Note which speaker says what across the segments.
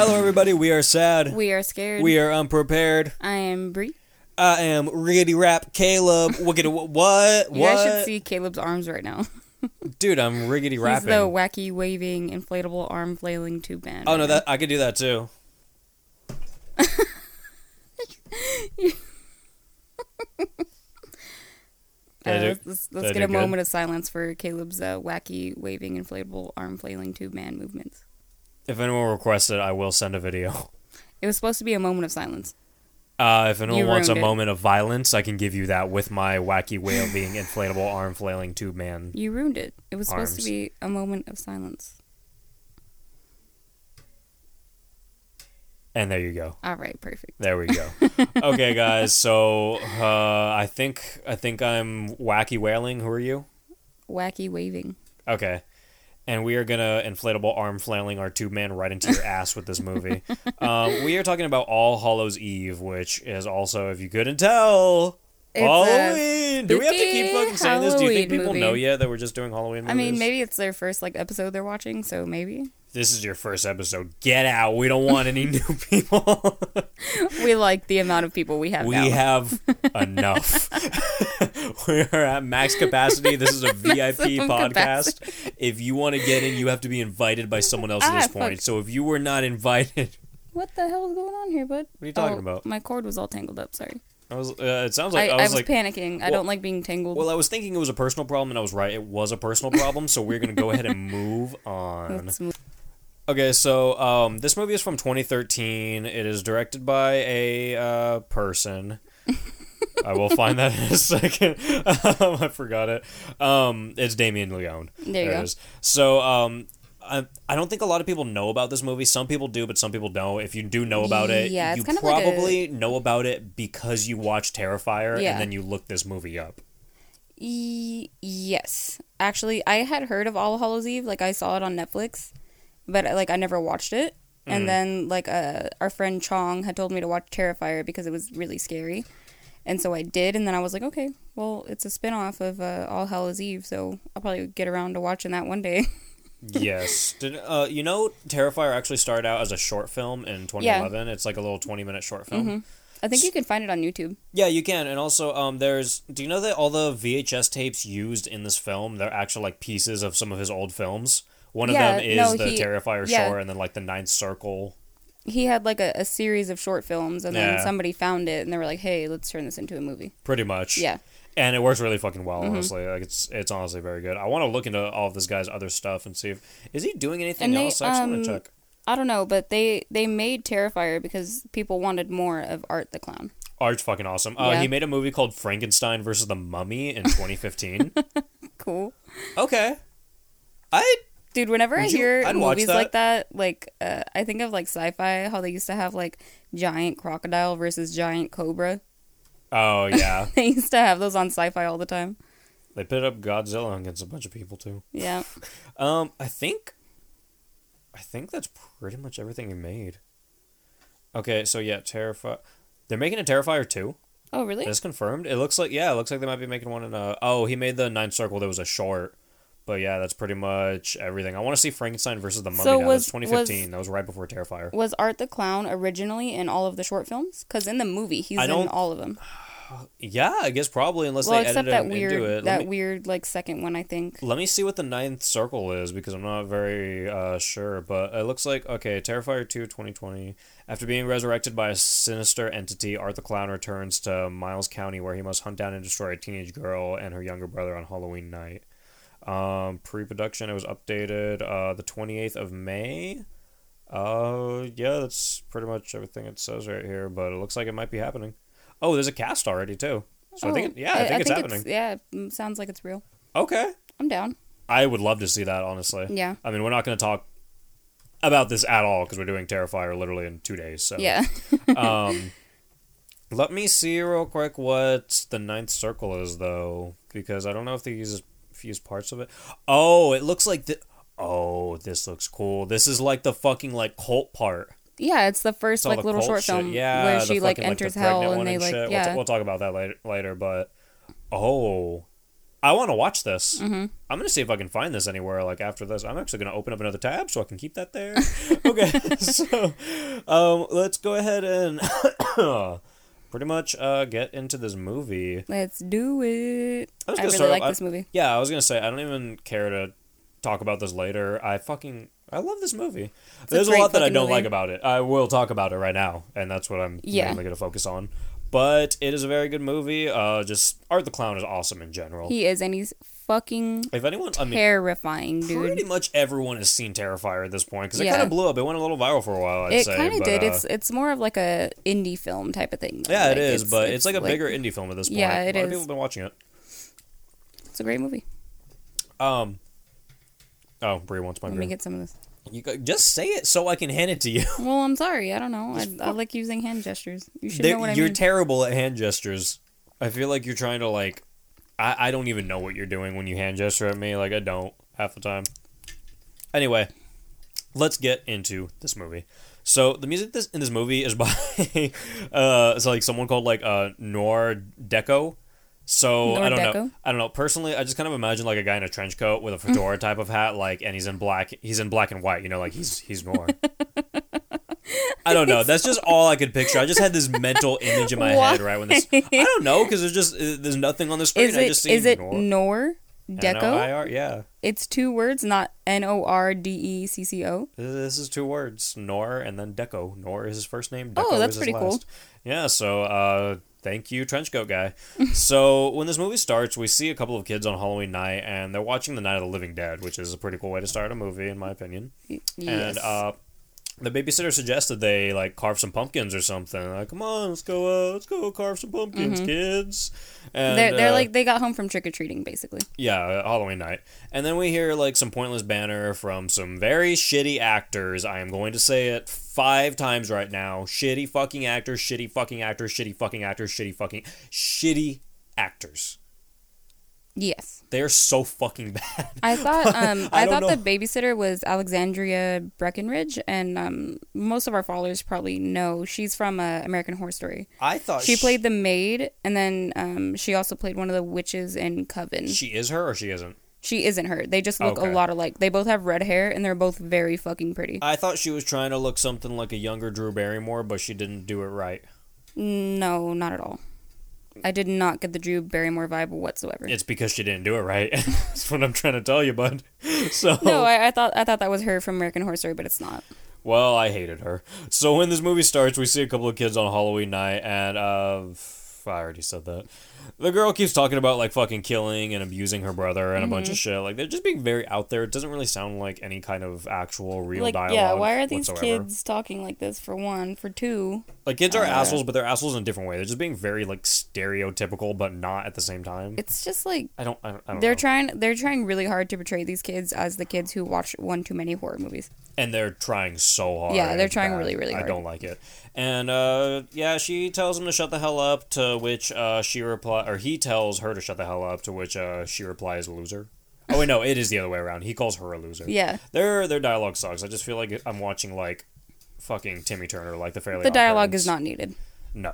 Speaker 1: Hello, everybody. We are sad.
Speaker 2: We are scared.
Speaker 1: We are unprepared.
Speaker 2: I am Bree.
Speaker 1: I am riggedy rap Caleb. Wiggity wha- what?
Speaker 2: You
Speaker 1: What?
Speaker 2: guys should see Caleb's arms right now.
Speaker 1: Dude, I'm riggedy
Speaker 2: He's the
Speaker 1: rapping.
Speaker 2: wacky waving inflatable arm flailing tube man.
Speaker 1: Oh
Speaker 2: right
Speaker 1: no,
Speaker 2: now.
Speaker 1: that I could do that too.
Speaker 2: Uh,
Speaker 1: Did I
Speaker 2: Uh,
Speaker 1: do-
Speaker 2: let's let's- let's
Speaker 1: I
Speaker 2: get
Speaker 1: do
Speaker 2: a
Speaker 1: good?
Speaker 2: moment of silence for Caleb's uh, wacky waving inflatable arm flailing tube man movements.
Speaker 1: If anyone requests it, I will send a video.
Speaker 2: It was supposed to be a moment of silence.
Speaker 1: Uh, if anyone
Speaker 2: You
Speaker 1: wants a
Speaker 2: ruined it.
Speaker 1: moment of violence, I can give you that with my wacky whale being inflatable arm flailing tube man.
Speaker 2: You ruined it. It was supposed
Speaker 1: Arms.
Speaker 2: to be a moment of silence.
Speaker 1: And there you go.
Speaker 2: All right, perfect.
Speaker 1: There we go. okay, guys. So uh, I think I think I'm wacky wailing. Who are you?
Speaker 2: Wacky waving.
Speaker 1: Okay. And we are gonna inflatable arm flailing our tube man right into your ass with this movie. um, we are talking about All Hallows Eve, which is also, if you couldn't tell,
Speaker 2: It's a
Speaker 1: Halloween. Do we have to keep
Speaker 2: spooky
Speaker 1: fucking saying this? Do you think
Speaker 2: Halloween
Speaker 1: people
Speaker 2: movie.
Speaker 1: know yet that we're just doing Halloween movies?
Speaker 2: I mean, maybe it's their first like episode they're watching, so maybe
Speaker 1: this is your first episode. Get out. We don't want any new people.
Speaker 2: we like the amount of people we have
Speaker 1: we
Speaker 2: now.
Speaker 1: have enough. we are at max capacity. This is a VIP
Speaker 2: Maximum
Speaker 1: podcast. If you want to get in, you have to be invited by someone else at
Speaker 2: Ah,
Speaker 1: this point.
Speaker 2: fuck.
Speaker 1: So if you were not invited,
Speaker 2: What the hell is going on here, bud? What
Speaker 1: are you talking about?
Speaker 2: My cord was all tangled up. Sorry.
Speaker 1: I was. Uh, it sounds like
Speaker 2: I,
Speaker 1: I,
Speaker 2: I
Speaker 1: was like.
Speaker 2: panicking. I
Speaker 1: Well-
Speaker 2: don't like being tangled.
Speaker 1: well, I was thinking it was a personal problem, and I was right. It was a personal problem, so we're gonna go ahead and move on.
Speaker 2: Let's move-
Speaker 1: Okay, so um, this movie is from 2013. It is directed by a uh, person. I will find that in a second. um, I forgot it. Um, it's Damien Leone.
Speaker 2: There you
Speaker 1: it
Speaker 2: go.
Speaker 1: is. So um, I, I don't think a lot of people know about this movie. Some people do, but some people don't. If you do know about it,
Speaker 2: Yeah, it's
Speaker 1: you
Speaker 2: kind of like a-
Speaker 1: probably know about it because you watch Terrifier
Speaker 2: Yeah.
Speaker 1: and then you look this movie up.
Speaker 2: E- yes, actually, I had heard of All Hallows Eve. Like I saw it on Netflix, but uh, like I never watched it.
Speaker 1: Mm.
Speaker 2: And then like uh, our friend Chong had told me to watch Terrifier because it was really scary, and so I did. And then I was like, okay, well, it's a spin off of uh, All Hallows Eve, so I'll probably get around to watching that one day.
Speaker 1: yes. Did uh, you know Terrifier actually started out as a short film in 2011? It's like a little 20 minute short film.
Speaker 2: Mm-hmm. I think you can find it on YouTube.
Speaker 1: Yeah, you can. And also, um, there's. Do you know that all the VHS tapes used in this film, they're actual like pieces of some of his old films. One
Speaker 2: Yeah,
Speaker 1: of them is
Speaker 2: no,
Speaker 1: the
Speaker 2: he-
Speaker 1: Terrifier
Speaker 2: yeah.
Speaker 1: Shore, and then like the Ninth Circle.
Speaker 2: he had like a, a series of short films and
Speaker 1: Yeah.
Speaker 2: then somebody found it and they were like hey let's turn this into a movie
Speaker 1: pretty much.
Speaker 2: Yeah. Mm-hmm.
Speaker 1: And it works really fucking well, honestly. Like it's it's honestly very good. I want to look into all of this guy's other stuff and see if is he doing anything
Speaker 2: And they,
Speaker 1: else. I just want
Speaker 2: um,
Speaker 1: to check.
Speaker 2: i don't know but they they made terrifier because people wanted more of art the clown
Speaker 1: Art's fucking awesome. Uh,
Speaker 2: yeah.
Speaker 1: he made a movie called Frankenstein versus the Mummy in 2015.
Speaker 2: cool
Speaker 1: okay, I
Speaker 2: dude whenever i
Speaker 1: Would you-
Speaker 2: hear
Speaker 1: I'd watch
Speaker 2: movies
Speaker 1: that.
Speaker 2: like that like uh, i think of like sci-fi how they used to have like giant crocodile versus giant cobra
Speaker 1: oh yeah,
Speaker 2: they used to have those on sci-fi all the time
Speaker 1: they put up Godzilla against a bunch of people too.
Speaker 2: yeah
Speaker 1: Um, I think, I think that's pretty much everything he made. Okay, so yeah, Terrifier. They're making a Terrifier two.
Speaker 2: oh really
Speaker 1: That's confirmed. It looks like yeah, it looks like they might be making one in a. Oh, he made the ninth circle. There was a short, but yeah, that's pretty much everything. I want to see Frankenstein versus the Mummy.
Speaker 2: So
Speaker 1: now.
Speaker 2: was-
Speaker 1: that's 2015. that was right before Terrifier.
Speaker 2: was art the clown originally in all of the short films because in the movie he's
Speaker 1: I
Speaker 2: in
Speaker 1: don't-
Speaker 2: all of them
Speaker 1: Yeah, I guess probably unless
Speaker 2: well
Speaker 1: they
Speaker 2: except
Speaker 1: edited
Speaker 2: that
Speaker 1: him
Speaker 2: weird
Speaker 1: into it.
Speaker 2: that
Speaker 1: let, me,
Speaker 2: weird like second one i think
Speaker 1: let me see what the ninth circle is because I'm not very uh, sure. But it looks like okay, Terrifier 2 2020. After being resurrected by a sinister entity, Art the Clown returns to Miles County where he must hunt down and destroy a teenage girl and her younger brother on Halloween night. Um, pre-production, it was updated uh, the 28th of May. Uh, yeah, that's pretty much everything it says right here. But it looks like it might be happening. Oh, there's a cast already too. So I think,
Speaker 2: Oh,
Speaker 1: yeah, I, think it's happening.
Speaker 2: yeah, mm, sounds like it's real.
Speaker 1: Okay,
Speaker 2: I'm down.
Speaker 1: I would love to see that. Honestly,
Speaker 2: Yeah.
Speaker 1: I mean, we're not going to talk about this at all because we're doing Terrifier literally in two days. So
Speaker 2: Yeah.
Speaker 1: um, let me see real quick what the ninth circle is, though, because I don't know if they use if you use parts of it. Oh, it looks like the. Oh, this looks cool. This is like the fucking like cult part.
Speaker 2: yeah, it's the first
Speaker 1: It's all
Speaker 2: like
Speaker 1: the
Speaker 2: little
Speaker 1: cult
Speaker 2: short
Speaker 1: shit.
Speaker 2: film
Speaker 1: yeah,
Speaker 2: where
Speaker 1: the
Speaker 2: she like
Speaker 1: fucking,
Speaker 2: enters
Speaker 1: the pregnant
Speaker 2: hell
Speaker 1: one
Speaker 2: and they like
Speaker 1: shit. We'll,
Speaker 2: yeah.
Speaker 1: t- we'll talk about that later, later. But oh, I want to watch this.
Speaker 2: Mm-hmm.
Speaker 1: I'm gonna see if I can find this anywhere. Like after this, I'm actually gonna open up another tab so I can keep that there. okay, so um, let's go ahead and pretty much uh, get into this movie.
Speaker 2: Let's do it.
Speaker 1: I was gonna
Speaker 2: I really
Speaker 1: start-
Speaker 2: like
Speaker 1: I-
Speaker 2: this movie.
Speaker 1: Yeah, I was gonna say I don't even care to talk about this later. I fucking I love this movie. There's a,
Speaker 2: great
Speaker 1: lot that I
Speaker 2: fucking
Speaker 1: don't
Speaker 2: movie.
Speaker 1: like about it. I will talk about it right now, and that's what I'm
Speaker 2: Yeah.
Speaker 1: mainly gonna focus on. But it is a very good movie. Uh, just Art the Clown is awesome in general.
Speaker 2: He is, and he's fucking
Speaker 1: if anyone, I mean,
Speaker 2: terrifying, dude.
Speaker 1: pretty much everyone has seen Terrifier at this point because it
Speaker 2: Yeah.
Speaker 1: kind of blew up. It went a little viral for a while. I'd
Speaker 2: It
Speaker 1: say,
Speaker 2: kind of
Speaker 1: but,
Speaker 2: did.
Speaker 1: uh,
Speaker 2: it's it's more of like a indie film type of thing. though.
Speaker 1: yeah,
Speaker 2: Like,
Speaker 1: it is, but it's, like a bigger indie film at this point.
Speaker 2: Yeah,
Speaker 1: a lot of
Speaker 2: it is.
Speaker 1: people have been watching it.
Speaker 2: It's a great movie.
Speaker 1: Um, oh, Brie wants my
Speaker 2: Let me
Speaker 1: green.
Speaker 2: get some of this.
Speaker 1: You go- just say it so I can hand it to you.
Speaker 2: Well, I'm sorry. I don't know. I, I like using hand gestures. You should
Speaker 1: They're-
Speaker 2: know what I
Speaker 1: you're
Speaker 2: mean.
Speaker 1: terrible at hand gestures. I feel like you're trying to like. I, I don't even know what you're doing when you hand gesture at me. Like I don't half the time. Anyway, let's get into this movie. So the music this in this movie is by uh it's like someone called like uh Noir Deco. So I
Speaker 2: Noir
Speaker 1: don't know.
Speaker 2: Deco?
Speaker 1: I don't know. Personally, I just kind of imagine like a guy in a trench coat with a fedora type of hat, like, and he's in black. He's in black and white. You know, like he's he's noir. I don't know. That's just all I could picture. I just had this mental image in my
Speaker 2: Why?
Speaker 1: head right when this. I don't know because there's just uh, there's nothing on the screen.
Speaker 2: is
Speaker 1: I
Speaker 2: it
Speaker 1: just see
Speaker 2: is it
Speaker 1: Nor-
Speaker 2: Nor Deco?
Speaker 1: N-O-I-R, Yeah,
Speaker 2: It's two words, not N O R D E C C O.
Speaker 1: this is two words. Nor and then Deco. Nor is his first name. Deco
Speaker 2: Oh, that's
Speaker 1: is his
Speaker 2: pretty cool.
Speaker 1: last. Yeah. So. uh Thank you, Trenchcoat Guy. so, when this movie starts, we see a couple of kids on Halloween night, and they're watching The Night of the Living Dead, which is a pretty cool way to start a movie, in my opinion.
Speaker 2: Yes.
Speaker 1: And uh, the babysitter suggested they like carve some pumpkins or something. Like, come on, let's go, uh, let's go carve some pumpkins, kids. And
Speaker 2: Mm-hmm. they're they're
Speaker 1: uh,
Speaker 2: like they got home from trick or treating basically.
Speaker 1: yeah, Halloween night. And then we hear like some pointless banner from some very shitty actors. I am going to say it five times right now. Shitty fucking actors, shitty fucking actors, shitty fucking actors, shitty fucking shitty actors.
Speaker 2: Yes,
Speaker 1: They are so fucking bad.
Speaker 2: I thought um
Speaker 1: I
Speaker 2: I,
Speaker 1: don't
Speaker 2: thought the babysitter was Alexandria Breckenridge, and um most of our followers probably know she's from uh, American Horror Story.
Speaker 1: I thought
Speaker 2: She played the maid, and then um she also played one of the witches in Coven.
Speaker 1: She is her or she isn't.
Speaker 2: She isn't her. They just look
Speaker 1: Okay. Uh,
Speaker 2: a lot alike. They both have red hair, and they're both very fucking pretty.
Speaker 1: I thought she was trying to look something like a younger Drew Barrymore, but she didn't do it right.
Speaker 2: No, not at all. I did not get the Drew Barrymore vibe whatsoever.
Speaker 1: It's because she didn't do it right. That's what I'm trying to tell you, bud. So,
Speaker 2: no, I, I thought I thought that was her from American Horror Story, but it's not.
Speaker 1: well, I hated her. So when this movie starts, we see a couple of kids on Halloween night, and uh, f- I already said that. The girl keeps talking about like fucking killing and abusing her brother and a bunch of
Speaker 2: Mm-hmm.
Speaker 1: shit. Like they're just being very out there. It doesn't really sound like any kind of actual real
Speaker 2: like,
Speaker 1: dialogue.
Speaker 2: yeah, why are these
Speaker 1: whatsoever.
Speaker 2: kids talking like this? For one, for two,
Speaker 1: Like kids are assholes, but they're assholes in a different way. They're just being very like stereotypical, but not at the same time.
Speaker 2: it's just like
Speaker 1: I don't. I don't. I don't
Speaker 2: they're
Speaker 1: know.
Speaker 2: trying they're trying really hard to portray these kids as the kids who watch one too many horror movies.
Speaker 1: and they're trying so hard.
Speaker 2: Yeah, they're
Speaker 1: It's
Speaker 2: trying
Speaker 1: bad.
Speaker 2: really, really
Speaker 1: I
Speaker 2: hard.
Speaker 1: don't like it. And uh, yeah, she tells him to shut the hell up. To which uh, she reply, or he tells her to shut the hell up. To which uh, she replies, "Loser." Oh wait, no, it is the other way around. He calls her a loser.
Speaker 2: Yeah,
Speaker 1: Their their dialogue sucks. I just feel like I'm watching like fucking Timmy Turner, like the Fairly.
Speaker 2: the
Speaker 1: Odd
Speaker 2: dialogue
Speaker 1: Parents.
Speaker 2: is not needed.
Speaker 1: No.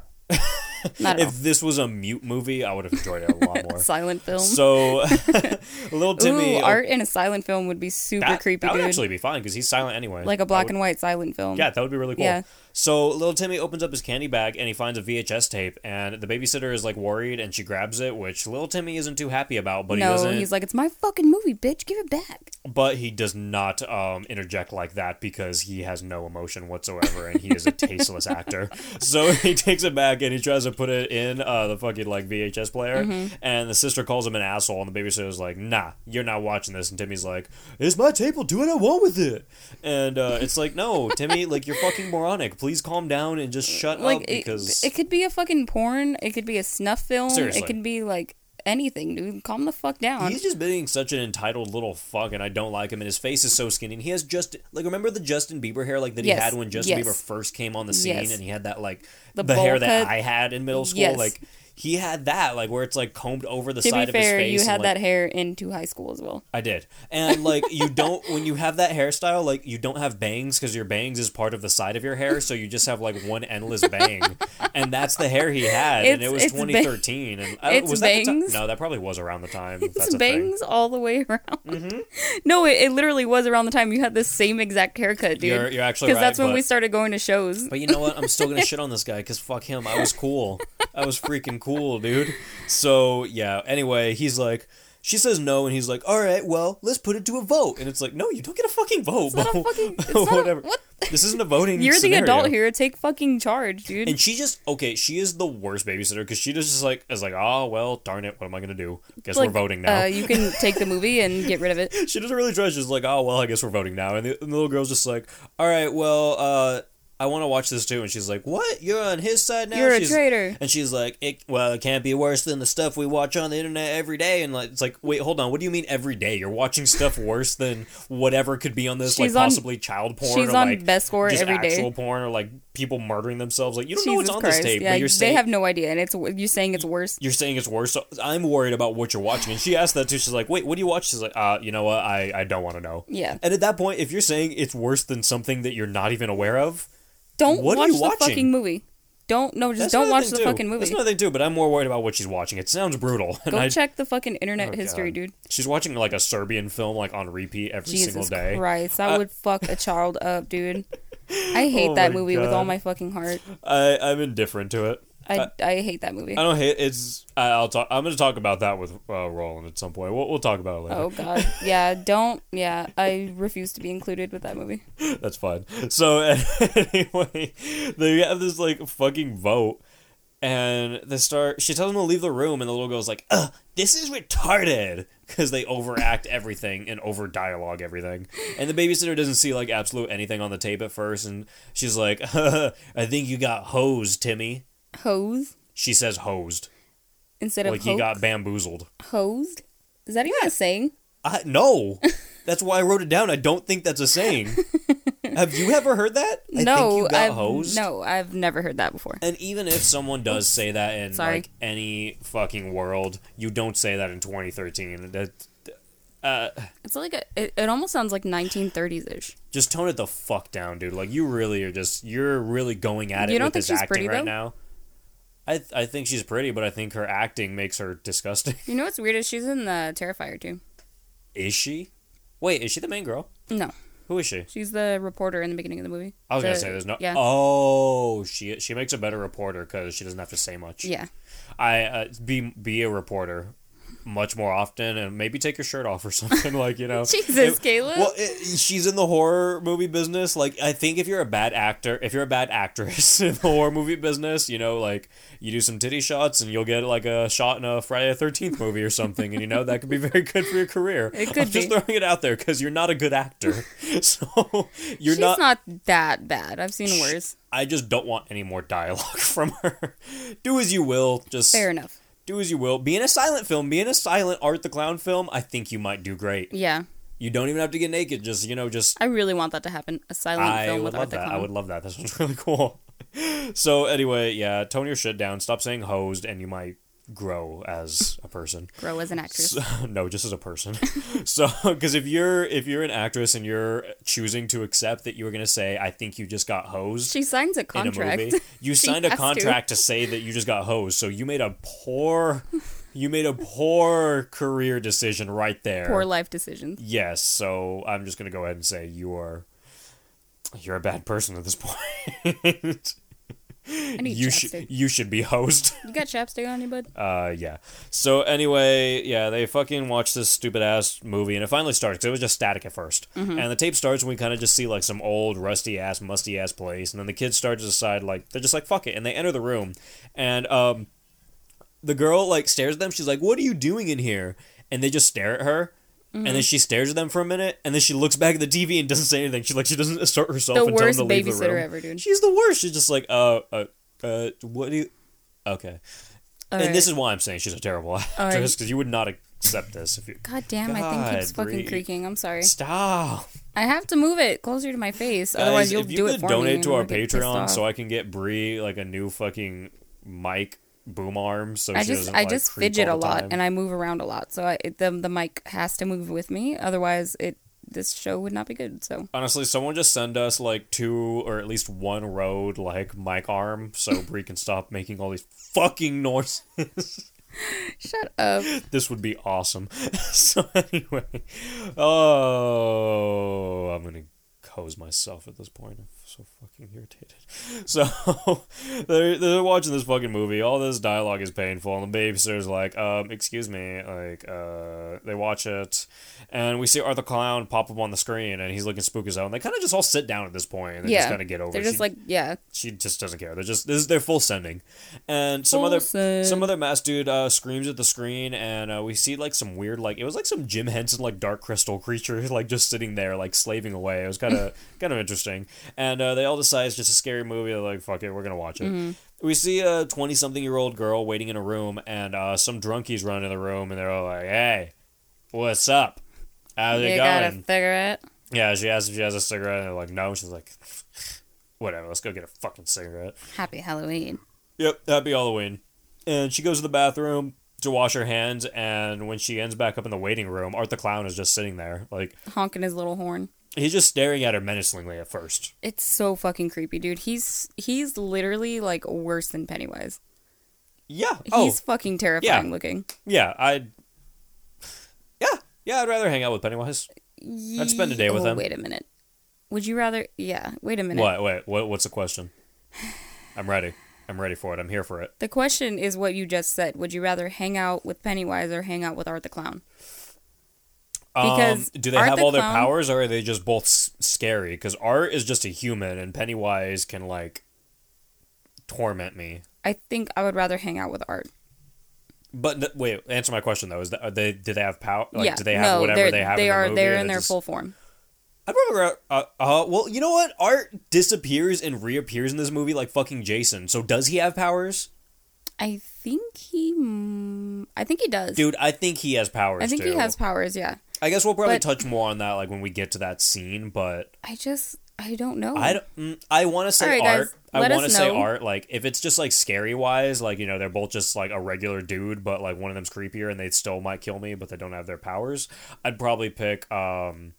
Speaker 2: Not at all.
Speaker 1: If this was a mute movie, I would have enjoyed it a lot more.
Speaker 2: Silent film.
Speaker 1: so, little Timmy. uh,
Speaker 2: Ooh, art in a silent film would be super
Speaker 1: that,
Speaker 2: creepy,
Speaker 1: that would
Speaker 2: dude.
Speaker 1: actually be fine because he's silent anyway.
Speaker 2: like a
Speaker 1: I
Speaker 2: black
Speaker 1: would-
Speaker 2: and white silent film.
Speaker 1: Yeah, that would be really cool.
Speaker 2: Um, Yeah.
Speaker 1: So little Timmy opens up his candy bag and he finds a VHS tape, and the babysitter is like worried, and she grabs it, which little Timmy isn't too happy about. But he
Speaker 2: no,
Speaker 1: doesn't.
Speaker 2: he's like, it's my fucking movie, bitch. Give it back.
Speaker 1: but he does not um, interject like that because he has no emotion whatsoever, and he is a tasteless actor. So he takes it back and he tries to put it in uh, the fucking like VHS player,
Speaker 2: Mm-hmm.
Speaker 1: and the sister calls him an asshole, and the babysitter's like, "Nah, you're not watching this." And Timmy's like, "It's my tape. I'll do what I want with it." And uh, it's like, "No, Timmy, like you're fucking moronic. Please calm down and just shut
Speaker 2: Like
Speaker 1: up
Speaker 2: it,
Speaker 1: oh, because."
Speaker 2: it could be a fucking porn. It could be a snuff film.
Speaker 1: Seriously.
Speaker 2: It could be like anything, dude. Calm the fuck down.
Speaker 1: He's just being such an entitled little fuck, and I don't like him. And his face is so skinny. And he has just like remember the Justin Bieber hair like that he
Speaker 2: Yes,
Speaker 1: had when Justin
Speaker 2: yes.
Speaker 1: Bieber first came on the scene,
Speaker 2: Yes.
Speaker 1: and he had that like the,
Speaker 2: The
Speaker 1: hair
Speaker 2: bowl
Speaker 1: that
Speaker 2: cut.
Speaker 1: I had in middle school.
Speaker 2: Yes.
Speaker 1: Like he had that like where it's like combed over the
Speaker 2: To
Speaker 1: side
Speaker 2: be
Speaker 1: of his
Speaker 2: fair,
Speaker 1: face.
Speaker 2: you
Speaker 1: and,
Speaker 2: had
Speaker 1: like,
Speaker 2: that hair into high school as well.
Speaker 1: I did. And like you don't when you have that hairstyle, like you don't have bangs because your bangs is part of the side of your hair, so you just have like one endless bang, and that's the hair he had, and it
Speaker 2: It's-
Speaker 1: was
Speaker 2: it's ba-
Speaker 1: 2013, and I,
Speaker 2: it's
Speaker 1: was that the ti-
Speaker 2: bangs.
Speaker 1: no, that probably was around the time. that's
Speaker 2: It's
Speaker 1: a thing. Mm-hmm.
Speaker 2: bangs all the way around. No, it, it literally was around the time you had the same exact haircut, dude.
Speaker 1: You're- you're actually right,
Speaker 2: that's when
Speaker 1: but-
Speaker 2: we started going to shows.
Speaker 1: But you know what? I'm still gonna shit on this guy because fuck him. I was cool. I was freaking cool, dude. So yeah. Anyway, he's like, she says no, and he's like, all right, well, let's put it to a vote. And it's like, no, you don't get a fucking vote.
Speaker 2: It's not a
Speaker 1: Bo.
Speaker 2: fucking. It's not
Speaker 1: Whatever.
Speaker 2: A, what?
Speaker 1: This isn't a voting.
Speaker 2: You're
Speaker 1: scenario.
Speaker 2: the adult here. Take fucking charge, dude.
Speaker 1: And she just okay. She is the worst babysitter because she just is like is like oh well darn it what am I gonna do? Guess
Speaker 2: Like,
Speaker 1: we're voting now.
Speaker 2: Uh, you can take the movie and get rid of it.
Speaker 1: she doesn't really try. She's like oh well I guess we're voting now. And the, and the little girl's just like all right well uh I want to watch this too. And she's like what you're on his side now?
Speaker 2: You're a
Speaker 1: She's-
Speaker 2: traitor.
Speaker 1: And she's like it well it can't be worse than the stuff we watch on the internet every day. And like it's like wait hold on what do you mean every day? You're watching stuff worse than whatever could be on this
Speaker 2: She's
Speaker 1: like
Speaker 2: on-
Speaker 1: possibly child porn.
Speaker 2: she's
Speaker 1: or,
Speaker 2: on
Speaker 1: like,
Speaker 2: best score
Speaker 1: just
Speaker 2: every day.
Speaker 1: actual porn or like people murdering themselves. Like you don't know what's
Speaker 2: Jesus
Speaker 1: on
Speaker 2: Christ!
Speaker 1: this tape,
Speaker 2: yeah,
Speaker 1: but you're saying
Speaker 2: they have no idea, and it's you saying it's worse.
Speaker 1: you're saying it's worse. So I'm worried about what you're watching. And she asked that too. She's like, wait, what do you watch? She's like, uh, you know what? I, I don't want to know.
Speaker 2: Yeah.
Speaker 1: And at that point, if you're saying it's worse than something that you're not even aware of,
Speaker 2: Don't
Speaker 1: What are
Speaker 2: watch
Speaker 1: you
Speaker 2: the
Speaker 1: watching?
Speaker 2: fucking movie. Don't no, just
Speaker 1: that's
Speaker 2: don't
Speaker 1: another
Speaker 2: watch
Speaker 1: thing,
Speaker 2: the
Speaker 1: too.
Speaker 2: fucking
Speaker 1: That's
Speaker 2: movie.
Speaker 1: another thing too. But I'm more worried about what she's watching. It sounds brutal. And
Speaker 2: Go
Speaker 1: I,
Speaker 2: check the fucking internet
Speaker 1: Oh,
Speaker 2: history,
Speaker 1: God.
Speaker 2: dude.
Speaker 1: she's watching like a Serbian film like on repeat every single
Speaker 2: Jesus
Speaker 1: day. Uh,
Speaker 2: Christ, that would fuck a child up, dude. I hate
Speaker 1: Oh
Speaker 2: that
Speaker 1: my
Speaker 2: movie with all
Speaker 1: God.
Speaker 2: my fucking heart.
Speaker 1: I I'm indifferent to it.
Speaker 2: I,
Speaker 1: Uh,
Speaker 2: I hate that movie.
Speaker 1: I don't hate it's. I, I'll talk. I'm going to talk about that with uh, Roland at some point. We'll, we'll talk about it later.
Speaker 2: Oh God, yeah, don't, yeah, I refuse to be included with that movie.
Speaker 1: That's fine. So anyway, they have this like fucking vote, and they start. She tells them to leave the room, and the little girl's like, "Ugh, this is retarded," because they overact everything and over dialogue everything. And the babysitter doesn't see like absolute anything on the tape at first, and she's like, "I think you got hosed, Timmy."
Speaker 2: Hose
Speaker 1: She says hosed,
Speaker 2: instead of
Speaker 1: like
Speaker 2: ho-
Speaker 1: he got bamboozled.
Speaker 2: hosed. Is that even a saying?
Speaker 1: I, no, that's why I wrote it down. I don't think that's a saying. Have you ever heard that? I
Speaker 2: no,
Speaker 1: think you got
Speaker 2: I've,
Speaker 1: hosed.
Speaker 2: no, I've never heard that before.
Speaker 1: And even if someone does say that in
Speaker 2: Sorry.
Speaker 1: like any fucking world, you don't say that in 2013. That uh,
Speaker 2: It's like a, it, it almost sounds like 1930s ish.
Speaker 1: just tone it the fuck down, dude. Like you really are just you're really going at it
Speaker 2: You don't
Speaker 1: with
Speaker 2: think
Speaker 1: this
Speaker 2: she's
Speaker 1: acting
Speaker 2: pretty,
Speaker 1: right
Speaker 2: though?
Speaker 1: now. I th- I think she's pretty, but I think her acting makes her disgusting.
Speaker 2: You know what's weird is she's in the Terrifier too.
Speaker 1: is she? Wait, is she the main girl?
Speaker 2: No,
Speaker 1: Who is she?
Speaker 2: she's the reporter in the beginning of the movie.
Speaker 1: I was gonna
Speaker 2: The-
Speaker 1: say there's no.
Speaker 2: Yeah,
Speaker 1: Oh, she she makes a better reporter because she doesn't have to say much.
Speaker 2: yeah.
Speaker 1: I uh, be be a reporter much more often and maybe take your shirt off or something like you know
Speaker 2: Jesus,
Speaker 1: It-
Speaker 2: Caleb.
Speaker 1: well it, she's in the horror movie business like i think if you're a bad actor if you're a bad actress in the horror movie business you know like you do some titty shots and you'll get like a shot in a friday the 13th movie or something and you know that could be very good for your career
Speaker 2: It could
Speaker 1: i'm just
Speaker 2: be.
Speaker 1: throwing it out there because you're not a good actor so you're
Speaker 2: she's
Speaker 1: not
Speaker 2: not, that bad. I've seen worse.
Speaker 1: i just don't want any more dialogue from her do as you will just
Speaker 2: Fair enough.
Speaker 1: do as you will. Be in a silent film. Be in a silent Art the Clown film. I think you might do great.
Speaker 2: Yeah,
Speaker 1: You don't even have to get naked. Just you know, just
Speaker 2: I really want that to happen. A silent
Speaker 1: I
Speaker 2: film
Speaker 1: would
Speaker 2: with
Speaker 1: love
Speaker 2: Art the
Speaker 1: that. I
Speaker 2: Clown.
Speaker 1: would love that. That sounds really cool. So anyway, yeah, tone your shit down. Stop saying hosed, and you might grow as a person.
Speaker 2: Grow as an actress.
Speaker 1: So- no, just as a person. so, because if you're if you're an actress and you're choosing to accept that you were gonna say, I think you just got hosed.
Speaker 2: She signs a contract.
Speaker 1: in a movie. You
Speaker 2: She
Speaker 1: signed a
Speaker 2: has to.
Speaker 1: contract to. say that you just got hosed, so you made a poor, you made a poor career decision right there.
Speaker 2: Poor life decisions.
Speaker 1: yes, so I'm just gonna go ahead and say you are, you're a bad person at this point.
Speaker 2: I need
Speaker 1: you
Speaker 2: chapstick.
Speaker 1: should you should be hosed.
Speaker 2: You got chapstick on you, bud?
Speaker 1: Uh, yeah. So anyway, yeah, they fucking watch this stupid ass movie, and it finally starts. 'cause It was just static at 1st
Speaker 2: Mm-hmm.
Speaker 1: and the tape starts, and we kind of just see like some old rusty ass, musty ass place, and then the kids start to decide like they're just like fuck it, and they enter the room, and um, the girl like stares at them. She's like, "What are you doing in here?" And they just stare at her.
Speaker 2: Mm-hmm.
Speaker 1: And then she stares at them for a minute, and then she looks back at the TV and doesn't say anything. She like she doesn't assert herself.
Speaker 2: The
Speaker 1: and tell them
Speaker 2: worst
Speaker 1: to leave the
Speaker 2: babysitter
Speaker 1: room.
Speaker 2: ever, dude.
Speaker 1: She's the worst. She's just like, uh, uh, uh what do you? Okay and this is why I'm saying she's a terrible actress because you would not accept this if you
Speaker 2: God damn, my thing keeps
Speaker 1: God,
Speaker 2: fucking
Speaker 1: Bree.
Speaker 2: creaking. I'm sorry.
Speaker 1: stop.
Speaker 2: I have to move it closer to my face,
Speaker 1: Guys,
Speaker 2: otherwise you'll
Speaker 1: if you
Speaker 2: do
Speaker 1: could
Speaker 2: it for me.
Speaker 1: donate
Speaker 2: and
Speaker 1: to
Speaker 2: I'm
Speaker 1: our
Speaker 2: gonna get pissed
Speaker 1: Patreon
Speaker 2: off.
Speaker 1: so I can get Bree like a new fucking mic boom arms, so
Speaker 2: I
Speaker 1: she
Speaker 2: just
Speaker 1: doesn't,
Speaker 2: I
Speaker 1: like,
Speaker 2: just
Speaker 1: creep
Speaker 2: fidget a
Speaker 1: all the
Speaker 2: lot
Speaker 1: time.
Speaker 2: and I move around a lot, so I, it, the the mic has to move with me. Otherwise, it this show would not be good. So
Speaker 1: Honestly, someone just send us like two or at least one road like mic arm so Brie can stop making all these fucking noises.
Speaker 2: shut up.
Speaker 1: this would be awesome. so anyway, oh, I'm gonna hose myself at this point. I'm so fucking irritated. So they're they're watching this fucking movie. All this dialogue is painful, and the babysitter's like, um, excuse me, like, uh, they watch it, and we see Arthur Clown pop up on the screen, and he's looking spook as hell. And they kind of just all sit down at this point, and they
Speaker 2: yeah,
Speaker 1: just kind of get over.
Speaker 2: They're
Speaker 1: it.
Speaker 2: just
Speaker 1: She-
Speaker 2: like yeah,
Speaker 1: she just doesn't care. They're just this is their full sending, and some
Speaker 2: Full
Speaker 1: other
Speaker 2: send.
Speaker 1: some other masked dude uh, screams at the screen, and uh, we see like some weird like it was like some Jim Henson like dark crystal creature like just sitting there like slaving away. It was kind of kind of interesting, and uh, they all decide it's just a scary movie. They're like, fuck it, we're gonna watch it.
Speaker 2: Mm-hmm.
Speaker 1: We see a twenty something year old girl waiting in a room, and uh, some drunkies run in the room, and they're all like, hey, what's up? How's it
Speaker 2: you
Speaker 1: going?
Speaker 2: got to figure it.
Speaker 1: Yeah, she asks if she has a cigarette, and they're like, no. She's like, whatever, let's go get a fucking cigarette.
Speaker 2: Happy Halloween.
Speaker 1: Yep, happy Halloween. And she goes to the bathroom to wash her hands, and when she ends back up in the waiting room, Art the Clown is just sitting there. Like,
Speaker 2: Honking his little horn.
Speaker 1: he's just staring at her menacingly at first.
Speaker 2: It's so fucking creepy, dude. He's he's literally like worse than Pennywise.
Speaker 1: Yeah. Oh,
Speaker 2: He's fucking terrifying looking.
Speaker 1: yeah, I'd. Yeah, yeah, I'd rather hang out with Pennywise.
Speaker 2: I'd
Speaker 1: spend a day with him.
Speaker 2: oh, Wait a minute. Would you rather? Yeah. Wait a minute.
Speaker 1: What? Wait, what, what's the question? I'm ready. I'm ready for it. I'm here for it.
Speaker 2: The question is what you just said. Would you rather hang out with Pennywise or hang out with Art the Clown?
Speaker 1: Um,
Speaker 2: Because
Speaker 1: do they
Speaker 2: Art
Speaker 1: have
Speaker 2: the
Speaker 1: all their
Speaker 2: Clown-
Speaker 1: powers, or are they just both s- scary? Because Art is just a human, and Pennywise can like torment me.
Speaker 2: I think I would rather hang out with Art.
Speaker 1: But th- wait, answer my question though: Is that are they do they have power? Like,
Speaker 2: yeah.
Speaker 1: do they have
Speaker 2: no,
Speaker 1: whatever
Speaker 2: they're-
Speaker 1: they have?
Speaker 2: They
Speaker 1: in the
Speaker 2: are
Speaker 1: movie,
Speaker 2: they're
Speaker 1: or
Speaker 2: in
Speaker 1: they
Speaker 2: their
Speaker 1: just-
Speaker 2: full form.
Speaker 1: I'd rather. Uh, uh, well, you know what? Art disappears and reappears in this movie like fucking Jason. So does he have powers,
Speaker 2: I think he. mm, I think he does.
Speaker 1: dude? I think he has powers.
Speaker 2: I think
Speaker 1: too.
Speaker 2: he has powers. Yeah.
Speaker 1: I guess we'll probably
Speaker 2: but-
Speaker 1: touch more on that like when we get to that scene, but.
Speaker 2: I just I don't know.
Speaker 1: I don't. mm, I want to say
Speaker 2: All right,
Speaker 1: art.
Speaker 2: guys,
Speaker 1: I
Speaker 2: let
Speaker 1: want to
Speaker 2: us
Speaker 1: say
Speaker 2: know.
Speaker 1: art. Like if it's just like scary wise, like you know they're both just like a regular dude, but like one of them's creepier and they still might kill me, but they don't have their powers. I'd probably pick. um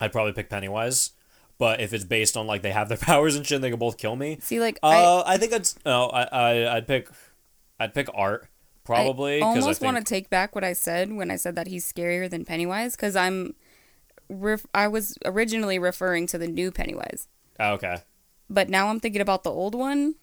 Speaker 1: I'd probably pick Pennywise. But if it's based on like they have their powers and shit, and they can both kill me.
Speaker 2: see like I,
Speaker 1: Uh, I, think I'd s- no. I, I I'd pick. I'd pick art probably
Speaker 2: I
Speaker 1: because I,
Speaker 2: almost
Speaker 1: think
Speaker 2: want to take back what I said when I said that he's scarier than Pennywise because I'm. Ref- I was originally referring to the new Pennywise,
Speaker 1: Ah, okay.
Speaker 2: but now I'm thinking about the old one.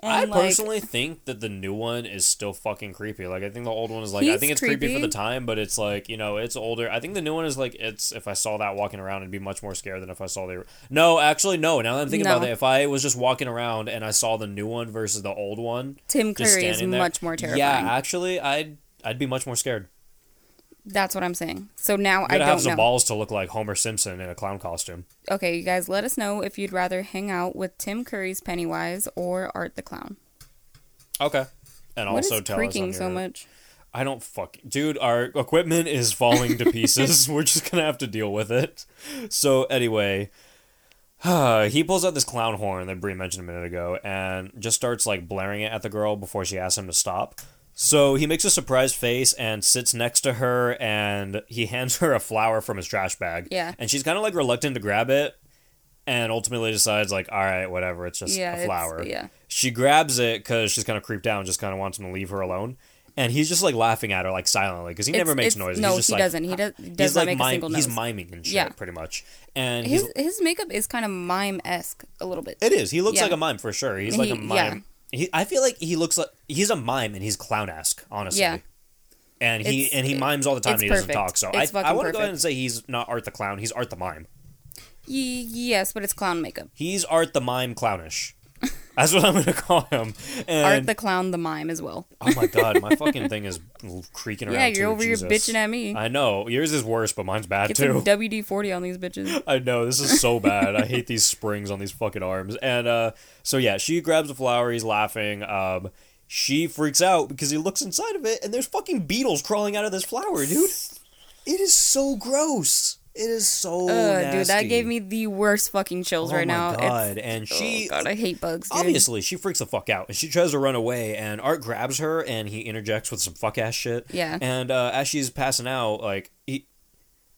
Speaker 2: and,
Speaker 1: I
Speaker 2: like,
Speaker 1: personally think that the new one is still fucking creepy. Like I think the old one is like I
Speaker 2: He's
Speaker 1: think it's creepy. for
Speaker 2: creepy.
Speaker 1: the time, but it's like you know it's older. I think the new one is like it's if I saw that walking around, I'd be much more scared than if I saw the. No, actually, no. Now that I'm thinking
Speaker 2: No.
Speaker 1: about it, if I was just walking around and I saw the new one versus the old one,
Speaker 2: Tim
Speaker 1: just
Speaker 2: Curry is
Speaker 1: standing there,
Speaker 2: much more terrifying.
Speaker 1: Yeah, actually, I'd I'd be much more scared.
Speaker 2: That's what I'm saying. So now
Speaker 1: I'd
Speaker 2: I
Speaker 1: have
Speaker 2: don't
Speaker 1: some
Speaker 2: know.
Speaker 1: balls to look like Homer Simpson in a clown costume.
Speaker 2: Okay, you guys, let us know if you'd rather hang out with Tim Curry's Pennywise or Art the Clown.
Speaker 1: Okay. And
Speaker 2: What is
Speaker 1: also tell us on
Speaker 2: creaking so
Speaker 1: your-
Speaker 2: much?
Speaker 1: I don't fuck, dude. Our equipment is falling to pieces. We're just gonna have to deal with it. So anyway, he pulls out this clown horn that Brie mentioned a minute ago, and just starts like blaring it at the girl before she asks him to stop. So he makes a surprised face and sits next to her, and he hands her a flower from his trash bag.
Speaker 2: Yeah.
Speaker 1: and she's kind of like reluctant to grab it, and ultimately decides like, all right, whatever, it's just
Speaker 2: Yeah,
Speaker 1: a
Speaker 2: it's-
Speaker 1: flower.
Speaker 2: yeah.
Speaker 1: She grabs it because she's kind of creeped out and just kind of wants him to leave her alone. And he's just like laughing at her like silently because he never
Speaker 2: It's-
Speaker 1: makes
Speaker 2: it's-
Speaker 1: noise.
Speaker 2: No,
Speaker 1: he's just
Speaker 2: he
Speaker 1: like,
Speaker 2: doesn't. He does, does
Speaker 1: He's like
Speaker 2: not make a
Speaker 1: mime,
Speaker 2: single
Speaker 1: he's
Speaker 2: noise.
Speaker 1: miming and shit,
Speaker 2: Yeah.
Speaker 1: pretty much. And
Speaker 2: his
Speaker 1: he's,
Speaker 2: his makeup is kind of mime esque a little bit.
Speaker 1: it is. He looks
Speaker 2: yeah.
Speaker 1: like a mime for sure. He's like a
Speaker 2: He- yeah.
Speaker 1: mime. He, I feel like he looks like he's a mime and he's clown esque, honestly.
Speaker 2: Yeah.
Speaker 1: And he
Speaker 2: It's-
Speaker 1: and he mimes all the time
Speaker 2: it's
Speaker 1: and he doesn't
Speaker 2: perfect.
Speaker 1: talk. So
Speaker 2: It's
Speaker 1: I, I
Speaker 2: fucking
Speaker 1: want to go ahead
Speaker 2: perfect.
Speaker 1: and say he's not Art the clown. He's Art the mime.
Speaker 2: Y- yes, but it's clown makeup.
Speaker 1: He's Art the mime clownish. That's what I'm going to call him.
Speaker 2: Art
Speaker 1: And
Speaker 2: the clown, the mime as well.
Speaker 1: oh my god, my fucking thing is creaking around.
Speaker 2: Yeah, you're
Speaker 1: too,
Speaker 2: over
Speaker 1: Jesus.
Speaker 2: here bitching at me.
Speaker 1: I know yours is worse, but mine's bad
Speaker 2: Get
Speaker 1: too.
Speaker 2: some WD forty on these bitches.
Speaker 1: I know this is so bad. I hate these springs on these fucking arms. And uh, so yeah, she grabs the flower. He's laughing. Um, she freaks out because he looks inside of it, and there's fucking beetles crawling out of this flower, dude. It is so gross. It is so
Speaker 2: Ugh, dude, that
Speaker 1: nasty.
Speaker 2: gave me the worst fucking chills
Speaker 1: Oh
Speaker 2: right
Speaker 1: my
Speaker 2: now. It's-
Speaker 1: God, and she-
Speaker 2: oh God, I hate bugs. Dude.
Speaker 1: Obviously, she freaks the fuck out, and she tries to run away. And Art grabs her, and he interjects with some fuck ass shit.
Speaker 2: Yeah.
Speaker 1: And uh, as she's passing out, like he,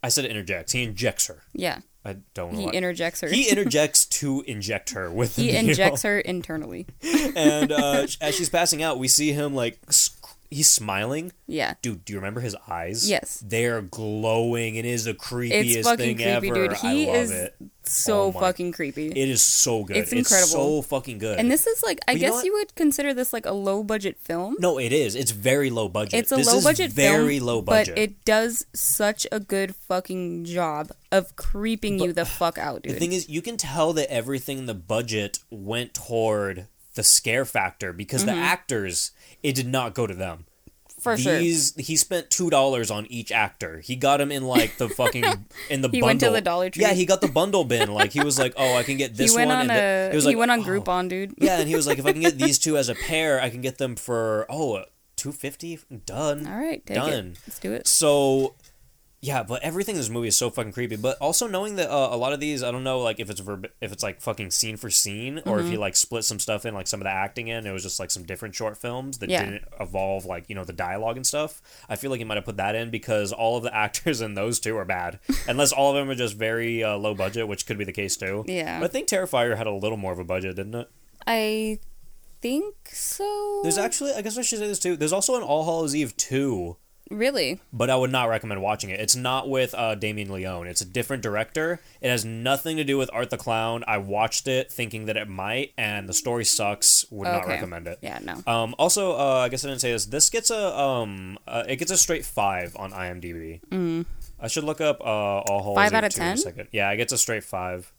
Speaker 1: I said, interjects. He injects her.
Speaker 2: yeah,
Speaker 1: I don't know.
Speaker 2: he
Speaker 1: why.
Speaker 2: interjects her.
Speaker 1: he injects to inject her with. the
Speaker 2: he
Speaker 1: needle.
Speaker 2: injects her internally.
Speaker 1: and uh, as she's passing out, we see him like sc- he's smiling.
Speaker 2: Yeah,
Speaker 1: Dude, do you remember his eyes?
Speaker 2: Yes.
Speaker 1: they are glowing. It is the creepiest
Speaker 2: it's
Speaker 1: thing
Speaker 2: fucking creepy,
Speaker 1: ever.
Speaker 2: dude. He
Speaker 1: I love
Speaker 2: is
Speaker 1: it.
Speaker 2: so
Speaker 1: Oh my-
Speaker 2: fucking creepy.
Speaker 1: It is so good.
Speaker 2: It's
Speaker 1: so
Speaker 2: incredible.
Speaker 1: fucking good.
Speaker 2: and this is like, I
Speaker 1: But you know
Speaker 2: guess
Speaker 1: what?
Speaker 2: you would consider this like a low budget film.
Speaker 1: no, it is. It's very low budget.
Speaker 2: It's a
Speaker 1: This
Speaker 2: low
Speaker 1: is
Speaker 2: budget
Speaker 1: very
Speaker 2: film,
Speaker 1: low budget.
Speaker 2: but it does such a good fucking job of creeping you the fuck out,
Speaker 1: the
Speaker 2: dude.
Speaker 1: thing is, you can tell that everything in the budget went toward the scare factor because the actors, it did not go to them.
Speaker 2: Mm-hmm. For sure.
Speaker 1: These he spent two dollars on each actor. He got him in like the fucking in the
Speaker 2: He
Speaker 1: bundle.
Speaker 2: went to the Dollar Tree.
Speaker 1: Yeah, he got the bundle bin. Like he was like, oh, I can get
Speaker 2: He
Speaker 1: this
Speaker 2: went
Speaker 1: one.
Speaker 2: on
Speaker 1: and th-
Speaker 2: a
Speaker 1: it was
Speaker 2: he
Speaker 1: like,
Speaker 2: went on
Speaker 1: oh.
Speaker 2: Groupon, dude.
Speaker 1: Yeah, and he was like, if I can get these two as a pair, I can get them for oh. 250 done
Speaker 2: All right, take
Speaker 1: Done.
Speaker 2: it. Let's do it.
Speaker 1: so yeah but everything in this movie is so fucking creepy but also knowing that uh, a lot of these i don't know like if it's verb- if it's like fucking scene for scene or
Speaker 2: Mm-hmm.
Speaker 1: if you like split some stuff in like some of the acting in it was just like some different short films that
Speaker 2: Yeah.
Speaker 1: didn't evolve like you know the dialogue and stuff i feel like you might have put that in because all of the actors in those two are bad unless all of them are just very uh, low budget which could be the case too
Speaker 2: Yeah.
Speaker 1: but i think terrifier had a little more of a budget didn't it
Speaker 2: I think so.
Speaker 1: there's actually i guess i should say this too there's also an all hallows eve 2
Speaker 2: really
Speaker 1: but I would not recommend watching it. It's not with uh, Damien Leone. It's a different director. It has nothing to do with Art the Clown. I watched it thinking that it might, and the story sucks. Would not
Speaker 2: Okay.
Speaker 1: recommend it.
Speaker 2: Yeah, no.
Speaker 1: Um, also, uh, I guess I didn't say this. This gets a um, uh, it gets a straight five on IMDb. I should look up uh, all holes.
Speaker 2: Mm. Five
Speaker 1: Eve
Speaker 2: out of
Speaker 1: two in a
Speaker 2: 10?
Speaker 1: second. Yeah, it gets a straight five,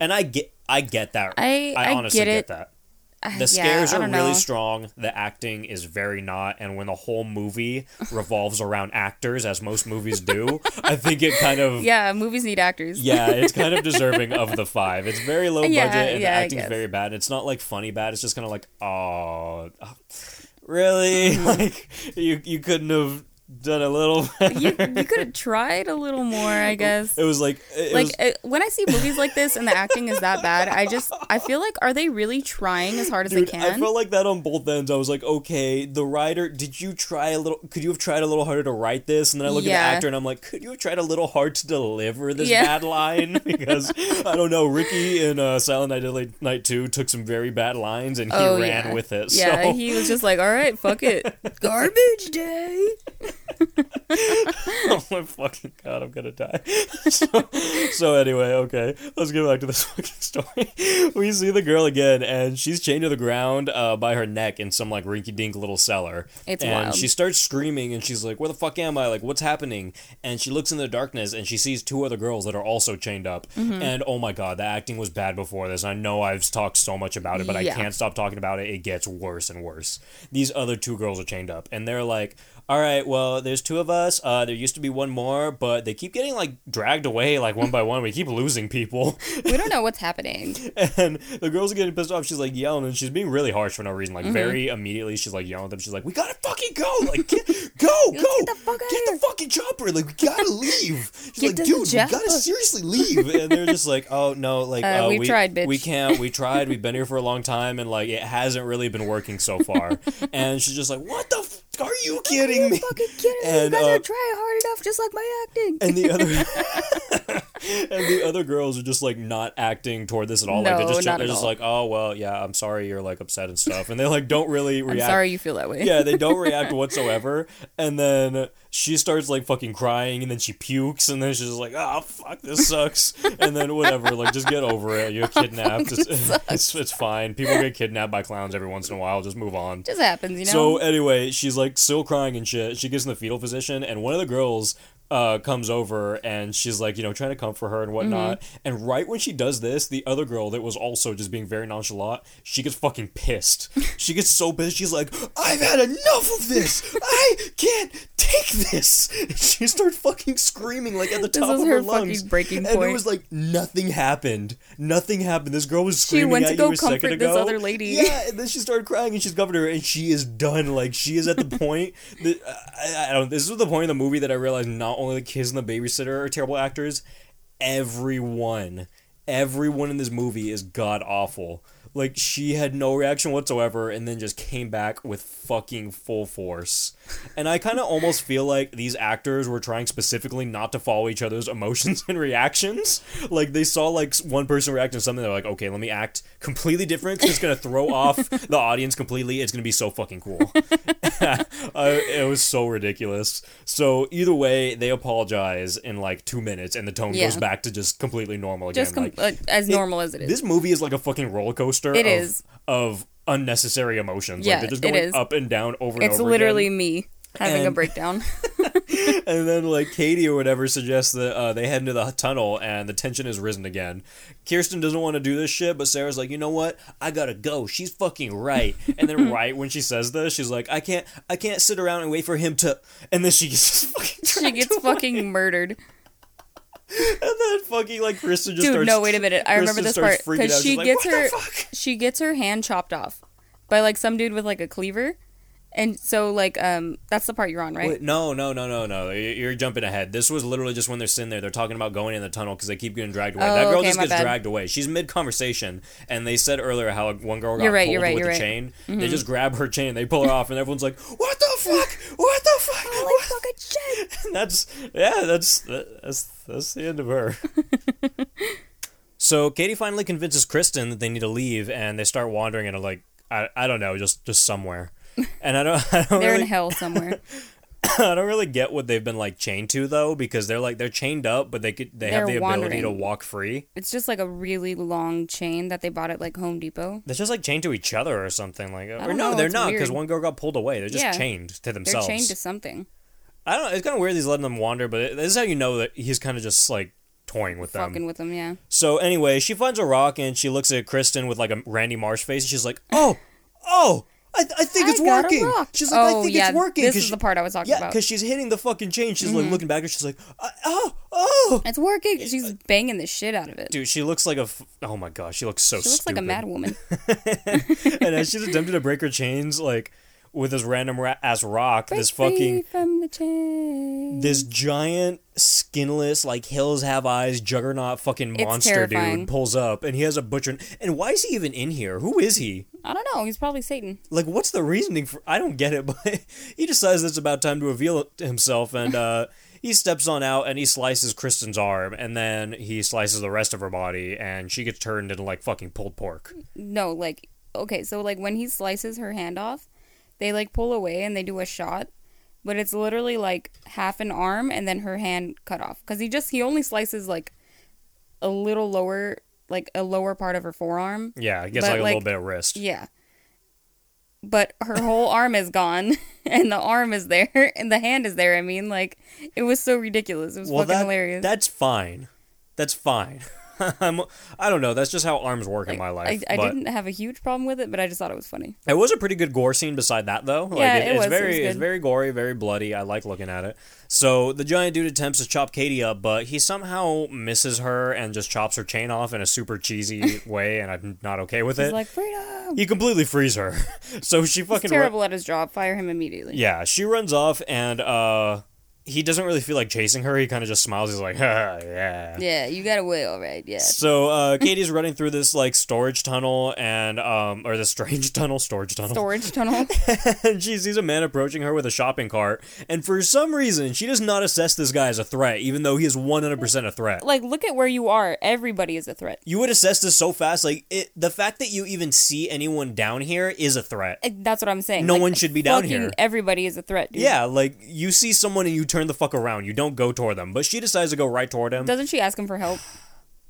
Speaker 1: and I get I get that.
Speaker 2: I- I
Speaker 1: honestly
Speaker 2: get
Speaker 1: get
Speaker 2: it.
Speaker 1: that.
Speaker 2: Uh, yeah,
Speaker 1: The scares
Speaker 2: I
Speaker 1: are
Speaker 2: don't
Speaker 1: really
Speaker 2: know.
Speaker 1: strong. The acting is very not. And when the whole movie revolves around actors, as most movies do, I think it kind of. Yeah.
Speaker 2: Yeah, movies need actors.
Speaker 1: it's kind of deserving of the five. It's very low
Speaker 2: Yeah,
Speaker 1: budget, and
Speaker 2: yeah, I
Speaker 1: the acting's
Speaker 2: guess.
Speaker 1: very bad. It's not like funny bad. It's just kind of like, oh, really?
Speaker 2: Mm-hmm.
Speaker 1: Like you, you couldn't have done a little. Better.
Speaker 2: you, you could have tried a little more, I guess.
Speaker 1: It was like, it
Speaker 2: like
Speaker 1: was,
Speaker 2: uh when I see movies like this and the acting is that bad, I just I feel like are they really trying as hard as
Speaker 1: Dude,
Speaker 2: they
Speaker 1: I
Speaker 2: can?
Speaker 1: felt like that on both ends. I was like, okay, the writer, did you try a little? Could you have tried a little harder to write this? And then I look
Speaker 2: Yeah.
Speaker 1: at the actor and I'm like, could you have tried a little hard to deliver this
Speaker 2: Yeah.
Speaker 1: bad line? Because I don't know, Ricky in uh, Silent Night, Deadly Night Two took some very bad lines and he
Speaker 2: oh
Speaker 1: ran
Speaker 2: yeah,
Speaker 1: with it.
Speaker 2: yeah.
Speaker 1: so.
Speaker 2: He was just like, all right, fuck it, garbage day.
Speaker 1: oh my fucking god, I'm gonna die. so, so anyway, okay, let's get back to this fucking story. We see the girl again, and she's chained to the ground uh, by her neck in some like rinky-dink little cellar.
Speaker 2: It's
Speaker 1: and
Speaker 2: wild.
Speaker 1: she starts screaming, and she's like, "Where the fuck am I? Like, what's happening?" And she looks in the darkness, and she sees two other girls that are also chained up. And oh my god, the acting was bad before this. I know I've talked so much about it, but I
Speaker 2: Yeah.
Speaker 1: can't stop talking about it. It gets worse and worse. These other two girls are chained up, and they're like, "All right, well, there's two of us. Uh, there used to be one more, but they keep getting like dragged away, like one by one. We keep losing people."
Speaker 2: We don't know what's happening.
Speaker 1: and the girls are getting pissed off. She's like yelling, and she's being really harsh for no reason. Like
Speaker 2: Mm-hmm.
Speaker 1: very immediately, she's like yelling at them. She's like, "We gotta fucking go! Like, get, go, go,
Speaker 2: the fuck outta
Speaker 1: Get the
Speaker 2: here."
Speaker 1: fucking chopper! Like, we gotta leave." She's
Speaker 2: Get
Speaker 1: like,
Speaker 2: to the
Speaker 1: "Dude, we
Speaker 2: chopper."
Speaker 1: gotta seriously leave." And they're just like, "Oh no, like
Speaker 2: Uh,
Speaker 1: uh,
Speaker 2: we've
Speaker 1: we
Speaker 2: tried, bitch."
Speaker 1: We can't. We tried. We've been here for a long time, and like it hasn't really been working so far." and she's just like, "What the? F- are you kidding me?"
Speaker 2: fucking kidding me?
Speaker 1: And,
Speaker 2: you guys
Speaker 1: uh,
Speaker 2: are trying hard enough, just like my acting.
Speaker 1: and the other and the other girls are just like not acting toward this at all. like
Speaker 2: No,
Speaker 1: they're just
Speaker 2: not
Speaker 1: they're
Speaker 2: at
Speaker 1: just
Speaker 2: all.
Speaker 1: like, oh well, yeah, I'm sorry you're like upset and stuff, and they like don't really
Speaker 2: I'm
Speaker 1: react.
Speaker 2: sorry you feel that way.
Speaker 1: Yeah, they don't react whatsoever. And then she starts like fucking crying, and then she pukes, and then she's just like, "Ah, fuck, this sucks." and then whatever, like just get over it. You're kidnapped. It's, it's it's fine. People get kidnapped by clowns every once in a while. Just move on.
Speaker 2: just happens, you know.
Speaker 1: So anyway, she's like still crying and shit. She gets in the fetal position, and one of the girls uh, comes over and she's like, you know, trying to comfort
Speaker 2: Mm-hmm.
Speaker 1: her and whatnot. And right when she does this, the other girl that was also just being very nonchalant, she gets fucking pissed. she gets so pissed. She's like, I've had enough of this. I can't take this. she starts fucking screaming like at the
Speaker 2: This
Speaker 1: top
Speaker 2: was
Speaker 1: of her,
Speaker 2: her fucking
Speaker 1: lungs.
Speaker 2: breaking
Speaker 1: And it
Speaker 2: point.
Speaker 1: was like nothing happened. Nothing happened. This girl was screaming
Speaker 2: went
Speaker 1: at
Speaker 2: to
Speaker 1: you
Speaker 2: go
Speaker 1: a second
Speaker 2: comfort this
Speaker 1: ago.
Speaker 2: other lady.
Speaker 1: Yeah, yeah, and then she started crying and she's covered her and she is done. Like she is at the point that I, I don't. This was the point in the movie that I realized not only the kids and the babysitter are terrible actors. Everyone, everyone in this movie is god awful. Like she had no reaction whatsoever, and then just came back with fucking full force. And I kind of almost feel like these actors were trying specifically not to follow each other's emotions and reactions. Like they saw like one person react to something, they're like, "Okay, let me act completely different. 'cause it's gonna throw off the audience completely. It's gonna be so fucking cool." uh, it was so ridiculous. So either way, they apologize in like two minutes, and the tone
Speaker 2: Yeah.
Speaker 1: goes back to just completely normal again.
Speaker 2: Just com-
Speaker 1: like,
Speaker 2: uh, as normal as it is.
Speaker 1: this movie is like a fucking roller coaster.
Speaker 2: It
Speaker 1: of,
Speaker 2: is.
Speaker 1: of unnecessary emotions.
Speaker 2: Yeah,
Speaker 1: like they're just
Speaker 2: it
Speaker 1: going
Speaker 2: is.
Speaker 1: up and down over. and
Speaker 2: It's
Speaker 1: over
Speaker 2: literally
Speaker 1: again.
Speaker 2: me having a
Speaker 1: And-
Speaker 2: breakdown.
Speaker 1: and then like Katie or whatever suggests that uh, they head into the tunnel, and the tension has risen again. Kirsten doesn't want to do this shit, but Sarah's like, you know what? I gotta go. She's fucking right. And then right when she says this, she's like, I can't, I can't sit around and wait for him to. And then she gets just fucking.
Speaker 2: she gets fucking murdered.
Speaker 1: And then fucking like Kristen just
Speaker 2: Dude,
Speaker 1: starts.
Speaker 2: no, wait a minute. I remember
Speaker 1: Kristen
Speaker 2: this part
Speaker 1: starts freaking out.
Speaker 2: because she
Speaker 1: She's like,
Speaker 2: gets
Speaker 1: "What the
Speaker 2: her
Speaker 1: fuck?"
Speaker 2: she gets her hand chopped off by like some dude with like a cleaver, and so like um that's the part you're on, right?
Speaker 1: Wait, no, no, no, no, no. You- You're jumping ahead. This was literally just when they're sitting there. They're talking about going in the tunnel because they keep getting dragged away.
Speaker 2: Oh,
Speaker 1: that girl
Speaker 2: okay,
Speaker 1: just
Speaker 2: my
Speaker 1: gets
Speaker 2: bad.
Speaker 1: dragged away. She's mid conversation, and they said earlier how like, one girl got
Speaker 2: You're right,
Speaker 1: pulled
Speaker 2: you're right,
Speaker 1: with
Speaker 2: you're
Speaker 1: a
Speaker 2: right. Mm-hmm.
Speaker 1: chain. They just grab her chain, they pull her off, and everyone's like, "What the fuck? What the fuck?"
Speaker 2: Holy
Speaker 1: What the-"
Speaker 2: fucking shit!
Speaker 1: And that's yeah, that's that's that's the end of her. so Katie finally convinces Kristen that they need to leave, and they start wandering into like I, I don't know, just just somewhere. And I don't I don't
Speaker 2: They're
Speaker 1: really
Speaker 2: in hell somewhere.
Speaker 1: I don't really get what they've been like chained to though, because they're like they're chained up, but they could they have
Speaker 2: They're
Speaker 1: the ability to
Speaker 2: wandering.
Speaker 1: walk free.
Speaker 2: it's just like a really long chain that they bought at like Home Depot.
Speaker 1: They're just like chained to each other or something like. Or
Speaker 2: don't
Speaker 1: no,
Speaker 2: know,
Speaker 1: they're
Speaker 2: it's
Speaker 1: not because
Speaker 2: weird.
Speaker 1: one girl got pulled away. They're just
Speaker 2: Yeah.
Speaker 1: chained to
Speaker 2: They're
Speaker 1: themselves.
Speaker 2: chained to something.
Speaker 1: I don't. It's kind of weird. He's letting them wander, but it- this is how you know that he's kind of just like toying with them.
Speaker 2: Fucking with them, yeah.
Speaker 1: So anyway, she finds a rock and she looks at Kristen with like a Randy Marsh face, and she's like, "Oh, oh, I, I think it's
Speaker 2: I got a
Speaker 1: working."
Speaker 2: rock.
Speaker 1: She's like,
Speaker 2: Oh,
Speaker 1: "I think
Speaker 2: yeah,
Speaker 1: it's working."
Speaker 2: This
Speaker 1: 'cause
Speaker 2: is
Speaker 1: she-
Speaker 2: the part I was talking
Speaker 1: yeah,
Speaker 2: about. Mm-hmm.
Speaker 1: because she's hitting the fucking chain. She's like looking back, and she's like, "I- "Oh, oh."
Speaker 2: It's working. She's banging the shit out of it.
Speaker 1: Dude, she looks like a. F- oh my gosh, she looks so.
Speaker 2: she looks like a mad woman.
Speaker 1: and as she's attempting to break her chains, like with this random ra- ass rock, this
Speaker 2: Free
Speaker 1: fucking
Speaker 2: from the chain.
Speaker 1: this giant skinless like hills have eyes juggernaut fucking
Speaker 2: It's
Speaker 1: monster
Speaker 2: terrifying.
Speaker 1: dude pulls up, and he has a butcher. And why is he even in here? Who is he?
Speaker 2: I don't know. He's probably Satan.
Speaker 1: Like, what's the reasoning for? I don't get it, but he decides it's about time to reveal himself, and uh, he steps on out and he slices Kristen's arm, and then he slices the rest of her body, and she gets turned into like fucking pulled pork.
Speaker 2: No, like okay, so like when he slices her hand off, they like pull away and they do a shot, but it's literally like half an arm and then her hand cut off because he just he only slices like a little lower, like a lower part of her forearm.
Speaker 1: Yeah, it gets
Speaker 2: But,
Speaker 1: like a little
Speaker 2: like,
Speaker 1: bit of wrist.
Speaker 2: Yeah. But her whole arm is gone, and the arm is there, and the hand is there. I mean, like, it was so ridiculous. It was fucking
Speaker 1: that,
Speaker 2: hilarious.
Speaker 1: That's fine. That's fine. I'm, I don't know. That's just how arms work in my life.
Speaker 2: I, I
Speaker 1: but
Speaker 2: didn't have a huge problem with it, but I just thought it was funny.
Speaker 1: It was a pretty good gore scene. Beside that, though, like
Speaker 2: Yeah,
Speaker 1: it,
Speaker 2: it
Speaker 1: it's
Speaker 2: was. It
Speaker 1: very,
Speaker 2: was
Speaker 1: it's
Speaker 2: good.
Speaker 1: very gory, very bloody. I like looking at it. So the giant dude attempts to chop Katie up, but he somehow misses her and just chops her chain off in a super cheesy way, and I'm not okay with
Speaker 2: He's
Speaker 1: it.
Speaker 2: like, freedom!
Speaker 1: he completely frees her, so she
Speaker 2: He's
Speaker 1: fucking ru-
Speaker 2: terrible at his job. Fire him immediately.
Speaker 1: yeah, she runs off, and uh, he doesn't really feel like chasing her. He kind of just smiles. He's like, yeah,
Speaker 2: Yeah, you got away all right. Yeah.
Speaker 1: So uh, Katie's running through this like storage tunnel and um or the strange tunnel storage tunnel,
Speaker 2: Storage tunnel.
Speaker 1: and she sees a man approaching her with a shopping cart. And for some reason, she does not assess this guy as a threat, even though he is one hundred percent a threat.
Speaker 2: like, look at where you are. Everybody is a threat.
Speaker 1: You would assess this so fast, like it, the fact that you even see anyone down here is a threat.
Speaker 2: Eh, That's what I'm saying.
Speaker 1: No
Speaker 2: Like,
Speaker 1: one should be down
Speaker 2: fucking
Speaker 1: here.
Speaker 2: Everybody is a threat, dude.
Speaker 1: Yeah, like you see someone and you turn the fuck around. You don't go toward them, but she decides to go right toward him.
Speaker 2: Doesn't she ask him for help?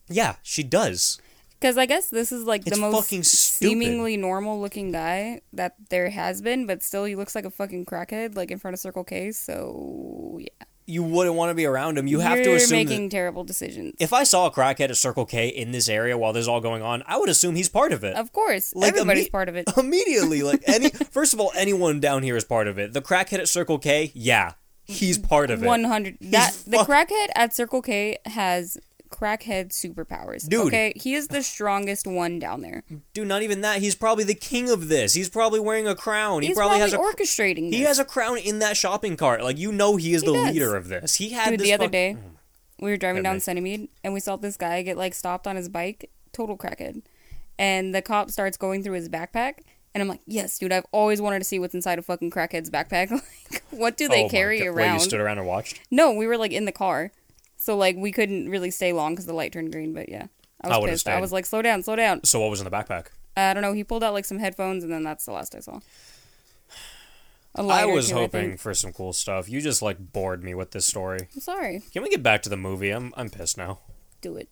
Speaker 1: yeah, she does.
Speaker 2: Because I guess this is like the
Speaker 1: It's
Speaker 2: most
Speaker 1: fucking stupid.
Speaker 2: seemingly normal looking guy that there has been, but still he looks like a fucking crackhead, like in front of Circle K. So yeah,
Speaker 1: You wouldn't want to be around him. You have
Speaker 2: you're
Speaker 1: to assume that-
Speaker 2: making terrible decisions.
Speaker 1: if I saw a crackhead at Circle K in this area while this is all going on, I would assume he's part of it.
Speaker 2: of course,
Speaker 1: Like,
Speaker 2: everybody's
Speaker 1: imme-
Speaker 2: part of it.
Speaker 1: Immediately, like any first of all, anyone down here is part of it. The crackhead at Circle K, yeah, he's part of it.
Speaker 2: One hundred. That the
Speaker 1: fuck-
Speaker 2: crackhead at Circle K has crackhead superpowers.
Speaker 1: Dude.
Speaker 2: Okay, he is the strongest one down there.
Speaker 1: Dude, not even that. He's probably the king of this. He's probably wearing a crown. He
Speaker 2: He's
Speaker 1: probably,
Speaker 2: probably,
Speaker 1: has a cr-
Speaker 2: orchestrating
Speaker 1: he
Speaker 2: this.
Speaker 1: has a crown in that shopping cart. Like you know, he is the
Speaker 2: does.
Speaker 1: leader of this. He had
Speaker 2: Dude,
Speaker 1: this
Speaker 2: the other
Speaker 1: fuck- Mm-hmm.
Speaker 2: day, we were driving down
Speaker 1: Goodness.
Speaker 2: Centimede and we saw this guy get like stopped on his bike, total crackhead. And the cop starts going through his backpack, and I'm like, "Yes, dude, I've always wanted to see what's inside a fucking crackhead's backpack. like, what do
Speaker 1: Oh
Speaker 2: they
Speaker 1: my
Speaker 2: carry
Speaker 1: God. Wait,
Speaker 2: around?"
Speaker 1: you stood around and watched.
Speaker 2: no, we were like in the car, so like we couldn't really stay long because the light turned green. But yeah, I was
Speaker 1: I would've
Speaker 2: pissed.
Speaker 1: stayed.
Speaker 2: I was like, "Slow down, slow down."
Speaker 1: So what was in the backpack?
Speaker 2: I don't know. He pulled out like some headphones, and then that's the last I saw. A
Speaker 1: I
Speaker 2: lighter,
Speaker 1: was
Speaker 2: too,
Speaker 1: hoping
Speaker 2: think.
Speaker 1: for some cool stuff. You just like bored me with this story.
Speaker 2: I'm sorry.
Speaker 1: Can we get back to the movie? I'm I'm pissed now.
Speaker 2: Do it.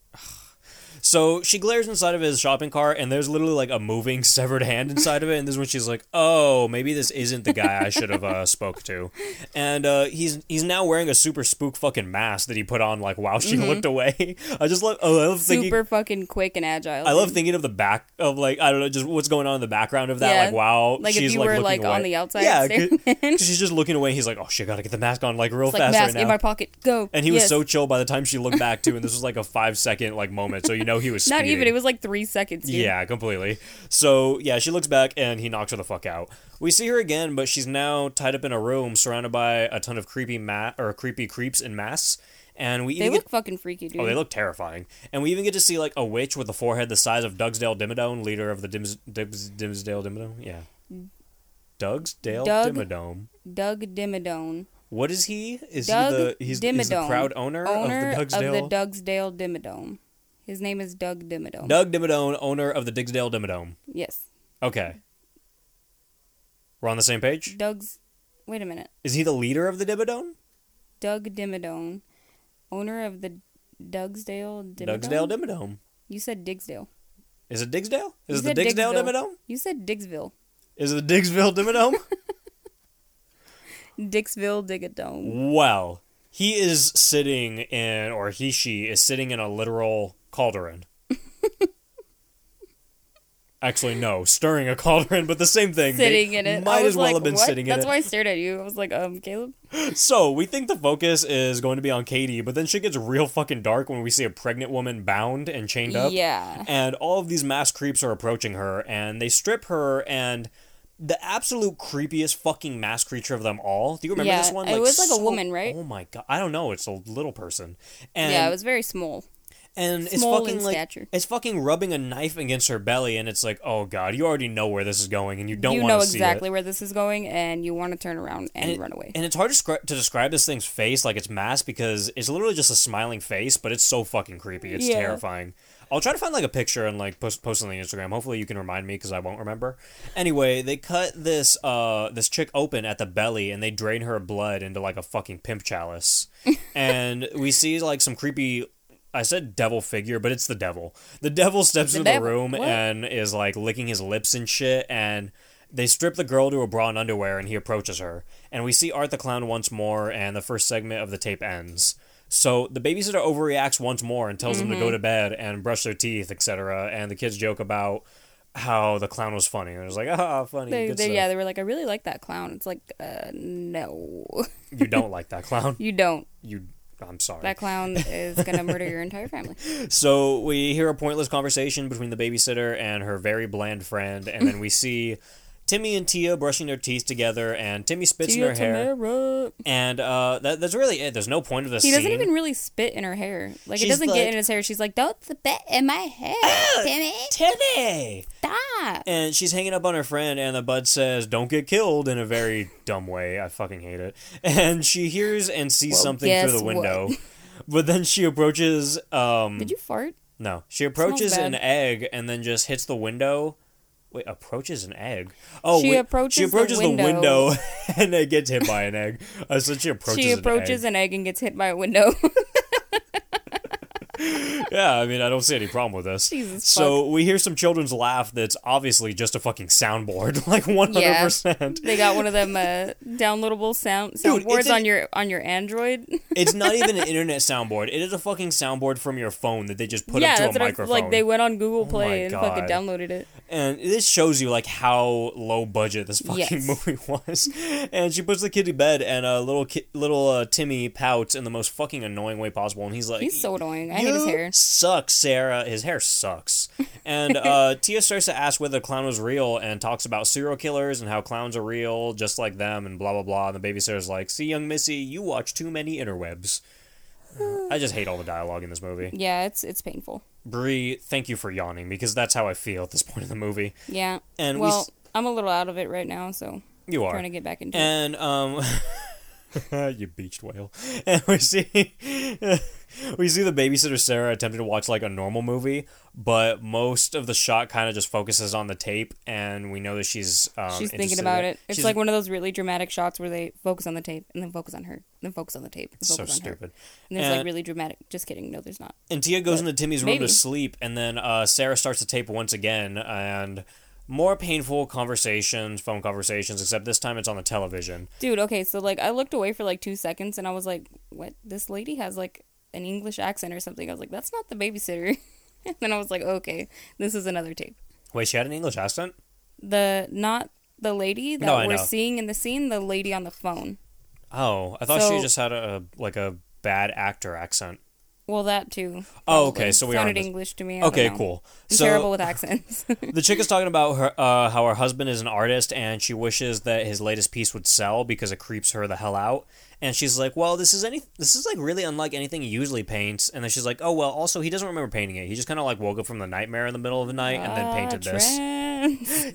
Speaker 1: So she glares inside of his shopping cart, and there's literally like a moving severed hand inside of it. And this is when she's like, "Oh, maybe this isn't the guy I should have uh, spoke to." And uh, he's he's now wearing a super spook fucking mask that he put on like while she looked away. I just love, I love thinking.
Speaker 2: Mm-hmm. Super fucking quick and agile.
Speaker 1: I love thinking of the back of like I don't know just what's going on in the background of that
Speaker 2: Yeah.
Speaker 1: like wow
Speaker 2: Like, if
Speaker 1: she's
Speaker 2: you
Speaker 1: like
Speaker 2: were,
Speaker 1: looking
Speaker 2: like,
Speaker 1: away.
Speaker 2: on the outside
Speaker 1: yeah
Speaker 2: staring
Speaker 1: 'cause- 'cause she's just looking away and he's like oh shit gotta get the mask on like real
Speaker 2: It's like
Speaker 1: fast
Speaker 2: mask
Speaker 1: right
Speaker 2: in
Speaker 1: now
Speaker 2: my pocket. Go.
Speaker 1: and he was
Speaker 2: Yes.
Speaker 1: so chill by the time she looked back too and this was like a five second like moment so you know he was
Speaker 2: not even.
Speaker 1: speeding.
Speaker 2: It was like three seconds. Dude.
Speaker 1: Yeah, completely. So yeah, she looks back and he knocks her the fuck out. We see her again, but she's now tied up in a room surrounded by a ton of creepy ma- or creepy creeps in masks. And we
Speaker 2: They
Speaker 1: even
Speaker 2: look
Speaker 1: get-
Speaker 2: fucking freaky, dude.
Speaker 1: oh, they look terrifying. And we even get to see like a witch with a forehead the size of Dugsdale Dimmadome, leader of the Dims- Dims- Dimsdale Dimmadome. Yeah, Dugsdale
Speaker 2: Mm. Doug-
Speaker 1: Dimmadome.
Speaker 2: Doug Dimmadome.
Speaker 1: What is he? Is
Speaker 2: Doug
Speaker 1: he the he's, he's the
Speaker 2: Dimmadome,
Speaker 1: proud owner,
Speaker 2: Owner
Speaker 1: of the Dugsdale?
Speaker 2: Dugsdale Dimmadome. His name is Doug Dimmadome.
Speaker 1: Doug Dimmadome, owner of the Digsdale Dimmadome.
Speaker 2: Yes.
Speaker 1: Okay, we're on the same page.
Speaker 2: Doug's. Wait a minute.
Speaker 1: Is he the leader of the Dimmadome?
Speaker 2: Doug Dimmadome. Owner of the Dugsdale Dimmadome.
Speaker 1: Dugsdale Dimmadome.
Speaker 2: You said Digsdale.
Speaker 1: Is it Digsdale? Is
Speaker 2: You
Speaker 1: it the
Speaker 2: said
Speaker 1: Digsdale
Speaker 2: Diggsville.
Speaker 1: Dimmadome?
Speaker 2: You said Diggsville.
Speaker 1: Is it the Diggsville Dimmadome?
Speaker 2: Dixville Digadome.
Speaker 1: well, he is sitting in, or he, she is sitting in a literal cauldron. Actually, no, stirring a cauldron, but the same thing. They
Speaker 2: Sitting in it. I
Speaker 1: Might
Speaker 2: was
Speaker 1: as well
Speaker 2: like,
Speaker 1: have been
Speaker 2: what?
Speaker 1: sitting
Speaker 2: That's
Speaker 1: in
Speaker 2: why I stared at you. I was like, um, Caleb.
Speaker 1: it. So we think the focus is going to be on Katie, but then shit gets real fucking dark when we see a pregnant woman bound and chained up.
Speaker 2: Yeah.
Speaker 1: and all of these mass creeps are approaching her and they strip her and the absolute creepiest fucking mass creature of them all. Do you remember
Speaker 2: Yeah,
Speaker 1: this one?
Speaker 2: it was like a woman, right?
Speaker 1: Oh my god, I don't know. It's a little person, and
Speaker 2: yeah, it was very small.
Speaker 1: and it's
Speaker 2: small
Speaker 1: fucking
Speaker 2: in
Speaker 1: like
Speaker 2: stature.
Speaker 1: it's fucking rubbing a knife against her belly, and it's like, oh god, you already know where this is going, and you don't
Speaker 2: you
Speaker 1: want
Speaker 2: know
Speaker 1: to
Speaker 2: exactly
Speaker 1: see it.
Speaker 2: where this is going, and you want to turn around and,
Speaker 1: it-
Speaker 2: run away.
Speaker 1: And it's hard to, scri- to describe this thing's face, like its mask, because it's literally just a smiling face, but it's so fucking creepy. It's
Speaker 2: Yeah.
Speaker 1: terrifying. I'll try to find like a picture and like post post on the Instagram. Hopefully you can remind me because I won't remember. Anyway, they cut this uh this chick open at the belly and they drain her blood into like a fucking pimp chalice. and we see like some creepy. I said devil figure, but it's the devil. The devil steps
Speaker 2: The
Speaker 1: into
Speaker 2: devil.
Speaker 1: the room
Speaker 2: What?
Speaker 1: and is like licking his lips and shit and they strip the girl to a bra and underwear and he approaches her and we see art the clown once more and the first segment of the tape ends so the babysitter overreacts once more and tells
Speaker 2: Mm-hmm.
Speaker 1: them to go to bed and brush their teeth etc and the kids joke about how the clown was funny and it was like ah funny
Speaker 2: They,
Speaker 1: good
Speaker 2: they,
Speaker 1: stuff.
Speaker 2: yeah, they were like, I really like that clown. It's like, uh, no,
Speaker 1: you don't like that clown
Speaker 2: you don't.
Speaker 1: you i'm sorry
Speaker 2: That clown is gonna murder your entire family.
Speaker 1: So we hear a pointless conversation between the babysitter and her very bland friend, and then we see Timmy and Tia brushing their teeth together, and Timmy spits in her hair,
Speaker 2: Tamara.
Speaker 1: and uh, that, that's really it. There's no point of this.
Speaker 2: He doesn't
Speaker 1: scene.
Speaker 2: even really spit in her hair. Like
Speaker 1: She's
Speaker 2: it doesn't
Speaker 1: like-
Speaker 2: get in his hair. She's like, don't spit in my hair, Timmy.
Speaker 1: Timmy.
Speaker 2: Stop.
Speaker 1: And she's hanging up on her friend, and the bud says, "Don't get killed" in a very dumb way. I fucking hate it. And she hears and sees
Speaker 2: Well,
Speaker 1: something through
Speaker 2: guess
Speaker 1: the
Speaker 2: what?
Speaker 1: window, but then she approaches. Um,
Speaker 2: Did you fart?
Speaker 1: No, she approaches
Speaker 2: bad.
Speaker 1: an egg and then just hits the window. Wait, approaches an egg. Oh,
Speaker 2: She
Speaker 1: wait,
Speaker 2: approaches
Speaker 1: she
Speaker 2: the
Speaker 1: approaches the window,
Speaker 2: window.
Speaker 1: and it gets hit by an egg. I said she approaches.
Speaker 2: she approaches
Speaker 1: An
Speaker 2: an egg. and gets hit by a window.
Speaker 1: egg. yeah, I mean, I don't see any problem with this.
Speaker 2: Jesus
Speaker 1: so we hear some children's laugh that's obviously just a fucking soundboard, like one hundred
Speaker 2: Yeah.
Speaker 1: percent.
Speaker 2: they got one of them uh, downloadable sound
Speaker 1: Dude, it's
Speaker 2: soundboards
Speaker 1: an-
Speaker 2: on your on your Android.
Speaker 1: It's not even an internet soundboard. It is a fucking soundboard from your phone that they just put
Speaker 2: yeah,
Speaker 1: up to a
Speaker 2: that's what I-
Speaker 1: microphone. Oh
Speaker 2: like they went on Google Play and
Speaker 1: God.
Speaker 2: fucking downloaded it.
Speaker 1: And this shows you like how low budget this fucking
Speaker 2: Yes.
Speaker 1: movie was. And she puts the kid to bed, and uh, little ki- little uh, Timmy pouts in the most fucking annoying way possible, and he's like,
Speaker 2: He's so annoying. I hate his
Speaker 1: "You
Speaker 2: hair.
Speaker 1: Sucks, Sarah. His hair sucks. And uh, Tia starts to ask whether the clown was real, and talks about serial killers and how clowns are real, just like them, and blah blah blah. And the babysitter's like, "See, young Missy, you watch too many interwebs." I just hate all the dialogue in this movie.
Speaker 2: Yeah, it's it's painful.
Speaker 1: Bree, thank you for yawning because that's how I feel at this point in the movie.
Speaker 2: Yeah.
Speaker 1: And we
Speaker 2: well,
Speaker 1: s-
Speaker 2: I'm a little out of it right now, so
Speaker 1: You are.
Speaker 2: trying to get back into it.
Speaker 1: and um you beached whale. And we see we see the babysitter Sarah attempting to watch like a normal movie, but most of the shot kind of just focuses on the tape and we know that she's um,
Speaker 2: She's thinking
Speaker 1: interested in
Speaker 2: about it. It's
Speaker 1: She's
Speaker 2: like one of those really dramatic shots where they focus on the tape and then focus on her, and then focus on the tape, and focus
Speaker 1: so
Speaker 2: on her.
Speaker 1: stupid.
Speaker 2: And there's
Speaker 1: Uh,
Speaker 2: like really dramatic. Just kidding. No, there's not.
Speaker 1: And Tia goes into Timmy's room
Speaker 2: maybe.
Speaker 1: to sleep, and then uh, Sarah starts to tape once again, and more painful conversations, phone conversations, except this time it's on the television.
Speaker 2: Dude, okay, so like I looked away for like two seconds and I was like, what? This lady has like an English accent or something. I was like, that's not the babysitter. and then I was like, okay, this is another tape.
Speaker 1: Wait, she had an English accent?
Speaker 2: The not the lady that
Speaker 1: No, I
Speaker 2: we're
Speaker 1: know.
Speaker 2: seeing in the scene, the lady on the phone.
Speaker 1: Oh, I thought she
Speaker 2: So-
Speaker 1: just had a like a bad actor accent.
Speaker 2: Well, that too.
Speaker 1: Oh,
Speaker 2: probably.
Speaker 1: okay, so we are
Speaker 2: sounded
Speaker 1: on this-
Speaker 2: English to me. I don't
Speaker 1: Okay,
Speaker 2: know.
Speaker 1: cool.
Speaker 2: I'm
Speaker 1: so
Speaker 2: terrible with accents.
Speaker 1: the chick is talking about her uh, how her husband is an artist and she wishes that his latest piece would sell because it creeps her the hell out. And she's like, "Well, this is any this is like really unlike anything he usually paints." And then she's like, "Oh well, also he doesn't remember painting it. He just kind of like woke up from the nightmare in the middle of the night and then painted
Speaker 2: Ah,
Speaker 1: this."
Speaker 2: Trent.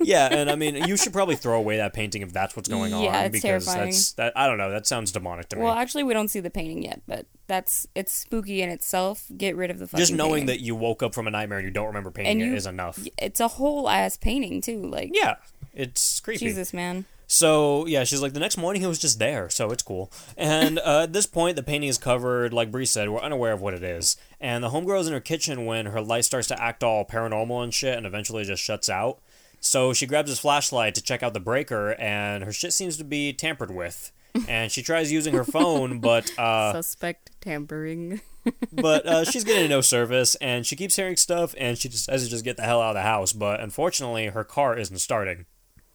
Speaker 1: yeah, and I mean, you should probably throw away that painting if that's what's going
Speaker 2: Yeah,
Speaker 1: on
Speaker 2: it's
Speaker 1: because
Speaker 2: terrifying.
Speaker 1: that's that I don't know, that sounds demonic to me.
Speaker 2: well, actually, we don't see the painting yet, but that's it's spooky in itself. Get rid of the fucking
Speaker 1: Just knowing
Speaker 2: painting.
Speaker 1: that you woke up from a nightmare and you don't remember painting
Speaker 2: And
Speaker 1: it
Speaker 2: you-
Speaker 1: is enough.
Speaker 2: it's a whole ass painting too. Like
Speaker 1: Yeah, it's creepy.
Speaker 2: Jesus, man.
Speaker 1: So yeah, she's like the next morning it was just there, so it's cool. And uh, at this point, the painting is covered, like Bree said, we're unaware of what it is. And the homegirl's in her kitchen when her light starts to act all paranormal and shit, and eventually just shuts out. So she grabs his flashlight to check out the breaker, and her shit seems to be tampered with. And she tries using her phone, but uh,
Speaker 2: Suspect tampering.
Speaker 1: but uh, she's getting no service, and she keeps hearing stuff, and she decides to just get the hell out of the house. But unfortunately, her car isn't starting.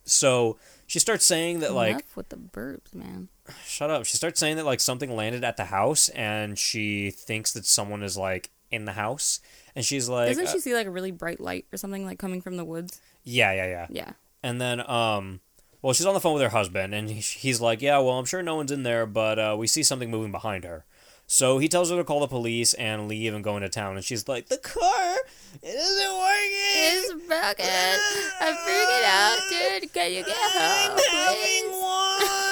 Speaker 1: So she starts saying that like
Speaker 2: Enough with the burps, man.
Speaker 1: shut up. She starts saying that like something landed at the house and she thinks that someone is like in the house and she's like
Speaker 2: Doesn't
Speaker 1: uh,
Speaker 2: she see like a really bright light or something like coming from the woods?
Speaker 1: yeah, yeah, yeah.
Speaker 2: Yeah.
Speaker 1: And then um well, she's on the phone with her husband and he- he's like, "Yeah, well, I'm sure no one's in there, but uh, we see something moving behind her." So he tells her to call the police and leave and go into town and she's like, "The car it isn't working."
Speaker 2: broken. dude. Can you get
Speaker 1: I'm having one.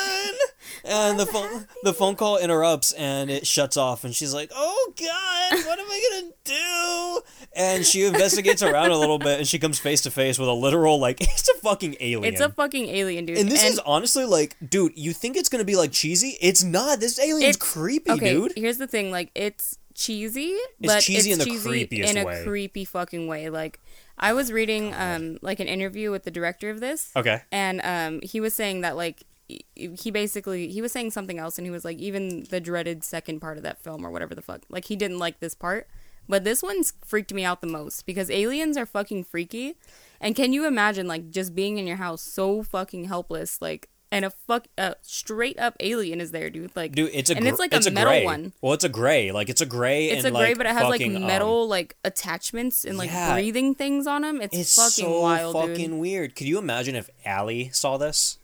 Speaker 1: and the phone the phone call interrupts and it shuts off and she's like, "Oh God, what am I gonna do?" And she investigates around a little bit and she comes face to face with a literal like it's a fucking alien.
Speaker 2: It's a fucking alien, dude.
Speaker 1: and this is honestly like, dude, you think it's gonna be like cheesy? It's not. This alien's
Speaker 2: It's-
Speaker 1: creepy,
Speaker 2: okay.
Speaker 1: dude.
Speaker 2: Here's the thing. Like it's cheesy, but
Speaker 1: cheesy in
Speaker 2: it's
Speaker 1: the
Speaker 2: cheesy
Speaker 1: creepiest
Speaker 2: in a
Speaker 1: way.
Speaker 2: creepy fucking way. Like I was reading um like an interview with the director of this.
Speaker 1: Okay.
Speaker 2: and um, he was saying that like he- he basically he was saying something else and he was like even the dreaded second part of that film or whatever the fuck like he didn't like this part but this one's freaked me out the most because aliens are fucking freaky and can you imagine like just being in your house so fucking helpless like and a fuck a straight up alien is there dude like
Speaker 1: Dude, it's a
Speaker 2: and
Speaker 1: gr-
Speaker 2: it's like a
Speaker 1: it's
Speaker 2: metal
Speaker 1: gray.
Speaker 2: one
Speaker 1: Well, it's a gray. Like it's a gray.
Speaker 2: it's a
Speaker 1: and,
Speaker 2: gray
Speaker 1: like,
Speaker 2: but it has
Speaker 1: fucking,
Speaker 2: like
Speaker 1: um,
Speaker 2: metal like attachments and like
Speaker 1: yeah.
Speaker 2: breathing things on them it's,
Speaker 1: it's
Speaker 2: fucking
Speaker 1: so
Speaker 2: wild
Speaker 1: fucking
Speaker 2: dude
Speaker 1: weird. Could you imagine if Allie saw this?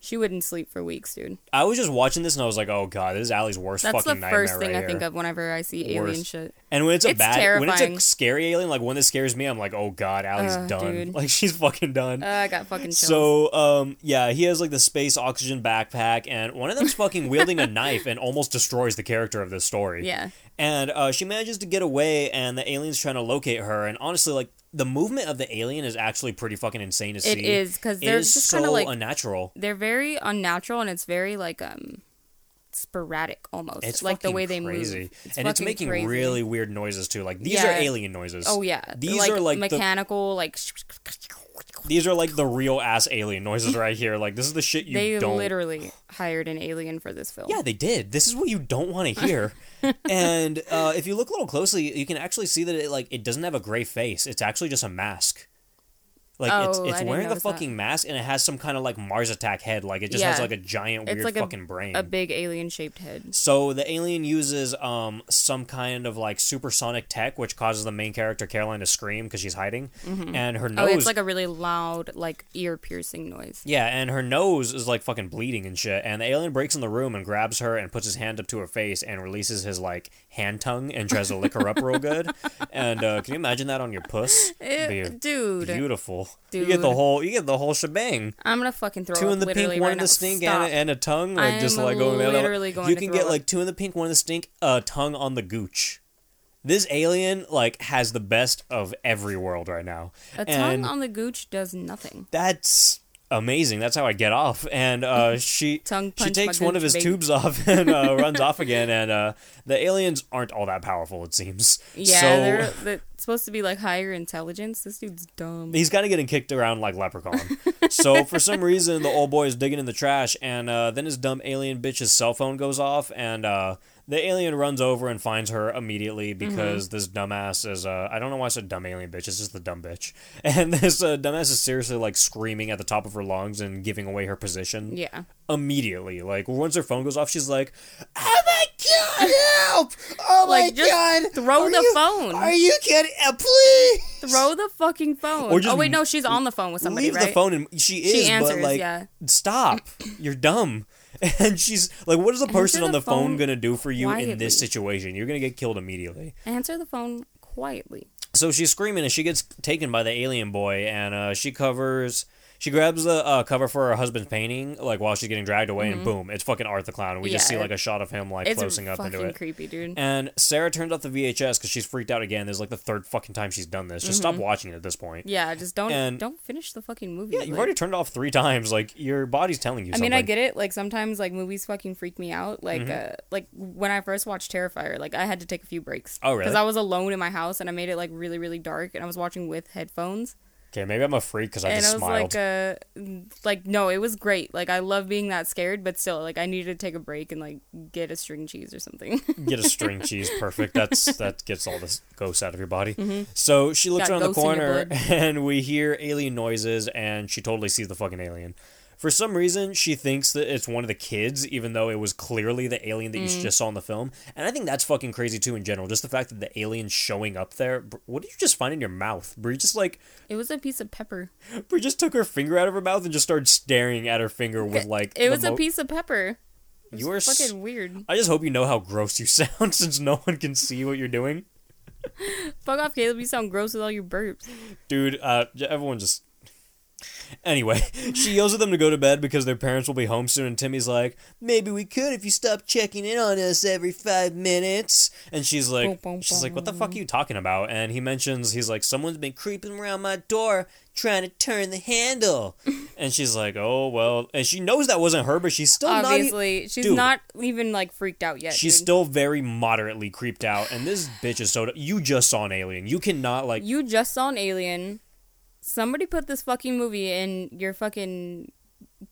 Speaker 2: she wouldn't sleep for weeks dude
Speaker 1: I was just watching this and I was like, "Oh god, this is Allie's worst
Speaker 2: That's the
Speaker 1: fucking nightmare
Speaker 2: first thing
Speaker 1: right
Speaker 2: I think
Speaker 1: here."
Speaker 2: of whenever I see alien
Speaker 1: Worst.
Speaker 2: shit.
Speaker 1: And when it's a
Speaker 2: It's
Speaker 1: bad, when
Speaker 2: terrifying.
Speaker 1: it's a scary alien, like one that scares me, I'm like, "Oh god, Allie's
Speaker 2: Ugh,
Speaker 1: done.
Speaker 2: dude.
Speaker 1: Like she's fucking done."
Speaker 2: Uh, I got fucking chills.
Speaker 1: so, um, yeah, he has like the space oxygen backpack, and one of them's fucking wielding a knife and almost destroys the character of this story.
Speaker 2: yeah,
Speaker 1: And uh, she manages to get away, and the alien's trying to locate her. And honestly, like the movement of the alien is actually pretty fucking insane to see.
Speaker 2: It is, 'cause
Speaker 1: It
Speaker 2: they're
Speaker 1: is
Speaker 2: just
Speaker 1: so
Speaker 2: kinda, like-
Speaker 1: unnatural.
Speaker 2: they're very unnatural and it's very like um sporadic almost.
Speaker 1: It's
Speaker 2: like the
Speaker 1: fucking
Speaker 2: way they
Speaker 1: crazy.
Speaker 2: move,
Speaker 1: and it's
Speaker 2: fucking
Speaker 1: making
Speaker 2: crazy.
Speaker 1: really weird noises too. Like these
Speaker 2: Yeah.
Speaker 1: are alien noises.
Speaker 2: Oh yeah,
Speaker 1: these
Speaker 2: like,
Speaker 1: are like the,
Speaker 2: mechanical like.
Speaker 1: these are like the real ass alien noises right here. Like this is the shit you
Speaker 2: They
Speaker 1: don't.
Speaker 2: literally hired an alien for this film.
Speaker 1: yeah, they did. This is what you don't want to hear. and uh, if you look a little closely, you can actually see that it like it doesn't have a gray face. It's actually just a mask. Like it's
Speaker 2: Oh, I
Speaker 1: it's
Speaker 2: didn't
Speaker 1: wearing the
Speaker 2: notice that.
Speaker 1: fucking mask and it has some kind of like Mars attack head. Like it just has
Speaker 2: Yeah.
Speaker 1: like a giant
Speaker 2: It's
Speaker 1: weird
Speaker 2: like a-
Speaker 1: fucking brain.
Speaker 2: A big alien shaped head.
Speaker 1: So the alien uses um some kind of like supersonic tech, which causes the main character Caroline to scream because she's hiding, and her
Speaker 2: Oh,
Speaker 1: nose.
Speaker 2: it's like a really loud, like ear piercing noise.
Speaker 1: yeah, and her nose is like fucking bleeding and shit. And the alien breaks in the room and grabs her and puts his hand up to her face and releases his like hand tongue and tries to lick her up real good. And uh, can you imagine that on your puss?
Speaker 2: Eh,
Speaker 1: Be
Speaker 2: dude,
Speaker 1: beautiful. You get the
Speaker 2: Dude.
Speaker 1: whole. You get the whole shebang.
Speaker 2: I'm gonna fucking throw
Speaker 1: two
Speaker 2: up
Speaker 1: in the pink,
Speaker 2: literally
Speaker 1: one
Speaker 2: right
Speaker 1: in
Speaker 2: now.
Speaker 1: the stink, and
Speaker 2: Stop.
Speaker 1: a, and a tongue, like just
Speaker 2: I'm
Speaker 1: like going the other
Speaker 2: literally
Speaker 1: way.
Speaker 2: going
Speaker 1: you
Speaker 2: to
Speaker 1: can
Speaker 2: throw
Speaker 1: get
Speaker 2: up.
Speaker 1: like two in the pink, one in the stink, a tongue on the gooch. This alien like has the best of every world right now,
Speaker 2: A
Speaker 1: and
Speaker 2: tongue on the gooch does nothing.
Speaker 1: that's amazing. That's how I get off. And uh, she
Speaker 2: Tongue
Speaker 1: she
Speaker 2: punch my
Speaker 1: takes one of
Speaker 2: gooch,
Speaker 1: his
Speaker 2: baby.
Speaker 1: tubes off and uh, runs off again. And uh, the aliens aren't all that powerful, it seems.
Speaker 2: Yeah,
Speaker 1: so,
Speaker 2: they're, they're supposed to be like higher intelligence. This dude's dumb.
Speaker 1: he's kind of getting kicked around like leprechaun. so for some reason, the old boy is digging in the trash, and uh, then his dumb alien bitch's cell phone goes off, and uh, the alien runs over and finds her immediately
Speaker 2: Mm-hmm.
Speaker 1: because this dumbass is. Uh, I don't know why I said dumb alien bitch. It's just the dumb bitch, and this uh, dumbass is seriously like screaming at the top of her lungs and giving away her position
Speaker 2: Yeah.
Speaker 1: immediately. Like once her phone goes off, she's like, "Oh my god, help! Oh my
Speaker 2: Like, just
Speaker 1: god,
Speaker 2: throw
Speaker 1: Are
Speaker 2: the
Speaker 1: you-
Speaker 2: phone.
Speaker 1: Are you kidding? Uh, please."
Speaker 2: Throw the fucking phone.
Speaker 1: Or just
Speaker 2: oh wait, no, she's on the phone with somebody,
Speaker 1: leave
Speaker 2: right?
Speaker 1: the phone and she is but
Speaker 2: answers,
Speaker 1: like
Speaker 2: yeah.
Speaker 1: stop you're dumb and she's like what is the person
Speaker 2: Answer
Speaker 1: on the
Speaker 2: the
Speaker 1: phone,
Speaker 2: phone
Speaker 1: gonna do for you in
Speaker 2: quietly.
Speaker 1: this situation you're gonna get killed immediately
Speaker 2: Answer the phone quietly.
Speaker 1: so she's screaming and she gets taken by the alien boy and uh, she covers she grabs the uh, cover for her husband's painting like while she's getting dragged away and boom it's fucking art the clown we just see
Speaker 2: Mm-hmm. Yeah.
Speaker 1: like a shot of him like
Speaker 2: It's
Speaker 1: closing up
Speaker 2: fucking
Speaker 1: into it
Speaker 2: creepy, dude.
Speaker 1: and Sarah turns off the VHS because she's freaked out again. This is like the third fucking time she's done this. Just stop
Speaker 2: Mm-hmm.
Speaker 1: watching it at this point.
Speaker 2: yeah, just don't
Speaker 1: and-
Speaker 2: don't finish the fucking movie.
Speaker 1: Yeah, you've
Speaker 2: like-
Speaker 1: already turned it off three times. Like your body's telling you
Speaker 2: I
Speaker 1: something. Mm-hmm.
Speaker 2: mean, I get it. Like sometimes, like movies fucking freak me out. Like, uh, like when I first watched Terrifier, like I had to take a few breaks.
Speaker 1: Oh, really?
Speaker 2: Because I was alone in my house and I made it like really, really dark, and I was watching with headphones,
Speaker 1: Okay, maybe I'm a freak because I
Speaker 2: and
Speaker 1: just
Speaker 2: I was
Speaker 1: smiled.
Speaker 2: like, uh, like no, it was great. Like I love being that scared, but still, like I needed to take a break and like get a string cheese or something.
Speaker 1: Get a string cheese, perfect. That's that gets all the ghosts out of your body. So she looks
Speaker 2: Mm-hmm. Got
Speaker 1: around the
Speaker 2: ghosts in your
Speaker 1: corner,
Speaker 2: blood.
Speaker 1: and we hear alien noises, and she totally sees the fucking alien. For some reason, she thinks that it's one of the kids, even though it was clearly the alien that
Speaker 2: Mm.
Speaker 1: you just saw in the film. And I think that's fucking crazy too, in general. Just the fact that the alien's showing up there. Br- What did you just find in your mouth? Brie just like
Speaker 2: it was a piece of pepper.
Speaker 1: Brie just took her finger out of her mouth and just started staring at her finger with like.
Speaker 2: It
Speaker 1: the
Speaker 2: was a
Speaker 1: mo-
Speaker 2: piece of pepper. It
Speaker 1: You
Speaker 2: was
Speaker 1: are s-
Speaker 2: fucking weird.
Speaker 1: I just hope you know how gross you sound since no one can see what you're doing.
Speaker 2: Fuck off, Caleb. You sound gross with all your burps.
Speaker 1: Dude, uh, j- everyone just. Anyway, she yells at them to go to bed because their parents will be home soon, and Timmy's like, maybe we could if you stop checking in on us every five minutes. And she's like,
Speaker 2: Boom, boom,
Speaker 1: she's like, what the fuck are you talking about? And he mentions, he's like, someone's been creeping around my door trying to turn the handle. and she's like, oh, well. And she knows that wasn't her, but she's still not. e-
Speaker 2: Obviously, she's
Speaker 1: Dude.
Speaker 2: not even like freaked out yet.
Speaker 1: She's
Speaker 2: dude.
Speaker 1: still very moderately creeped out, and this bitch is so. You just saw an alien. You cannot like.
Speaker 2: You just saw an alien. Somebody put this fucking movie in your fucking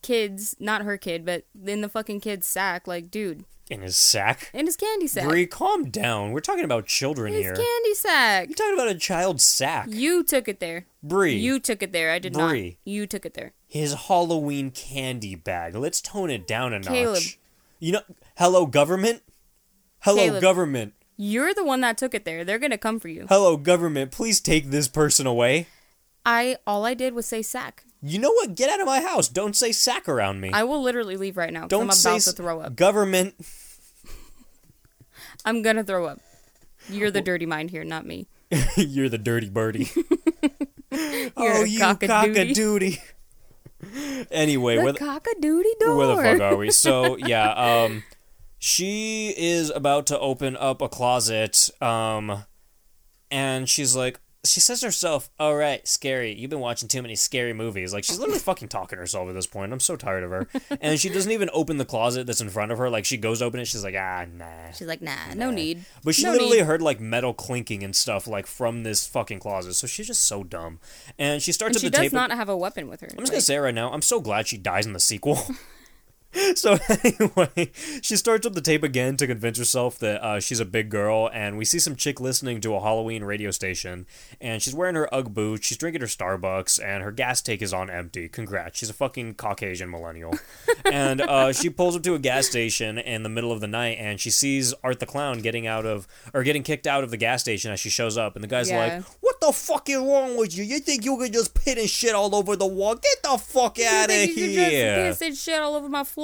Speaker 2: kids, not her kid, but in the fucking kid's sack. Like, dude,
Speaker 1: in his sack.
Speaker 2: in his candy sack.
Speaker 1: Bree, calm down. We're talking about children
Speaker 2: his
Speaker 1: here.
Speaker 2: candy sack.
Speaker 1: You're talking about a child's sack.
Speaker 2: You took it there.
Speaker 1: Bree,
Speaker 2: You took it there. I did
Speaker 1: Bree.
Speaker 2: not. You took it there.
Speaker 1: his Halloween candy bag. Let's tone it down a
Speaker 2: Caleb.
Speaker 1: notch. You know, hello government. Hello
Speaker 2: Caleb.
Speaker 1: government.
Speaker 2: You're the one that took it there. They're gonna come for you.
Speaker 1: Hello government. Please take this person away.
Speaker 2: I all I did was say sack.
Speaker 1: You know what? Get out of my house. Don't say sack around me.
Speaker 2: I will literally leave right now. 'cause
Speaker 1: Don't
Speaker 2: I'm about
Speaker 1: say
Speaker 2: to
Speaker 1: s-
Speaker 2: throw up.
Speaker 1: government.
Speaker 2: I'm gonna throw up. You're the dirty mind here, not me.
Speaker 1: You're the dirty birdie. oh,
Speaker 2: a
Speaker 1: you
Speaker 2: cock-a-doodie.
Speaker 1: cock-a-doodie. anyway,
Speaker 2: The
Speaker 1: where the,
Speaker 2: cock-a-doodie door.
Speaker 1: where the fuck are we? So yeah, um, she is about to open up a closet, um, and she's like, she says to herself, "All right, scary. You've been watching too many scary movies." Like she's literally fucking talking to herself at this point. I'm so tired of her, and she doesn't even open the closet that's in front of her. Like she goes to open it, she's like, "Ah, nah."
Speaker 2: She's like, nah, no need.
Speaker 1: But she
Speaker 2: No
Speaker 1: literally
Speaker 2: need.
Speaker 1: heard like metal clinking and stuff like from this fucking closet. So she's just so dumb. And she starts
Speaker 2: And
Speaker 1: at
Speaker 2: she
Speaker 1: the
Speaker 2: does
Speaker 1: table.
Speaker 2: not have a weapon with her.
Speaker 1: I'm just gonna say it right now, I'm so glad she dies in the sequel. So anyway, she starts up the tape again to convince herself that uh, she's a big girl, and we see some chick listening to a Halloween radio station, and she's wearing her UGG boots, she's drinking her Starbucks, and her gas tank is on empty. Congrats, she's a fucking Caucasian millennial. and uh, she pulls up to a gas station in the middle of the night, and she sees Art the clown getting out of or getting kicked out of the gas station as she shows up, and the guy's
Speaker 2: Yeah.
Speaker 1: like, "What the fuck is wrong with you? You think you can just pit and shit all over the wall? Get the fuck out of
Speaker 2: You think you could
Speaker 1: here!"
Speaker 2: Just piss and shit all over my floor.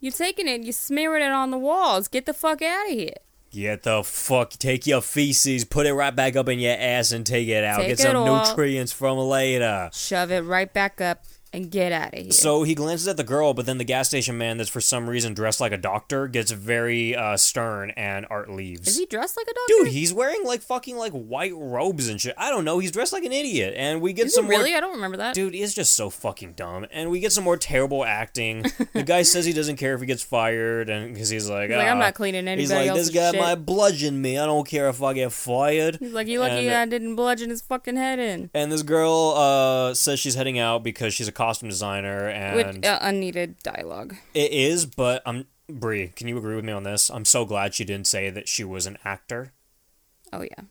Speaker 2: You're taking it. You're smearing it on the walls. Get the fuck out of here.
Speaker 1: Get the fuck, take your feces, put it right back up in your ass, and take it out.
Speaker 2: Take
Speaker 1: Get
Speaker 2: it
Speaker 1: some
Speaker 2: all.
Speaker 1: nutrients from later.
Speaker 2: Shove it right back up and get out of here.
Speaker 1: So he glances at the girl, but then the gas station man, that's for some reason dressed like a doctor, gets very uh, stern, and Art leaves.
Speaker 2: is he dressed like a doctor?
Speaker 1: Dude, he's wearing like fucking like white robes and shit. I don't know. He's dressed like an idiot, and we get
Speaker 2: Is he
Speaker 1: some more-
Speaker 2: really? I don't remember that.
Speaker 1: Dude, he's just so fucking dumb. And we get some more terrible acting. the guy says he doesn't care if he gets fired, and because he's like,
Speaker 2: He's like, I'm
Speaker 1: "Ah."
Speaker 2: not cleaning anybody
Speaker 1: He's like,
Speaker 2: else's
Speaker 1: this guy
Speaker 2: shit.
Speaker 1: might bludgeon me. I don't care if I get fired.
Speaker 2: He's like, you lucky
Speaker 1: and-
Speaker 2: I didn't bludgeon his fucking head in.
Speaker 1: And this girl uh, says she's heading out because she's a costume designer, and
Speaker 2: With uh, unneeded dialogue.
Speaker 1: it is. But I'm Brie. Can you agree with me on this? I'm so glad she didn't say that she was an actor.
Speaker 2: Oh yeah,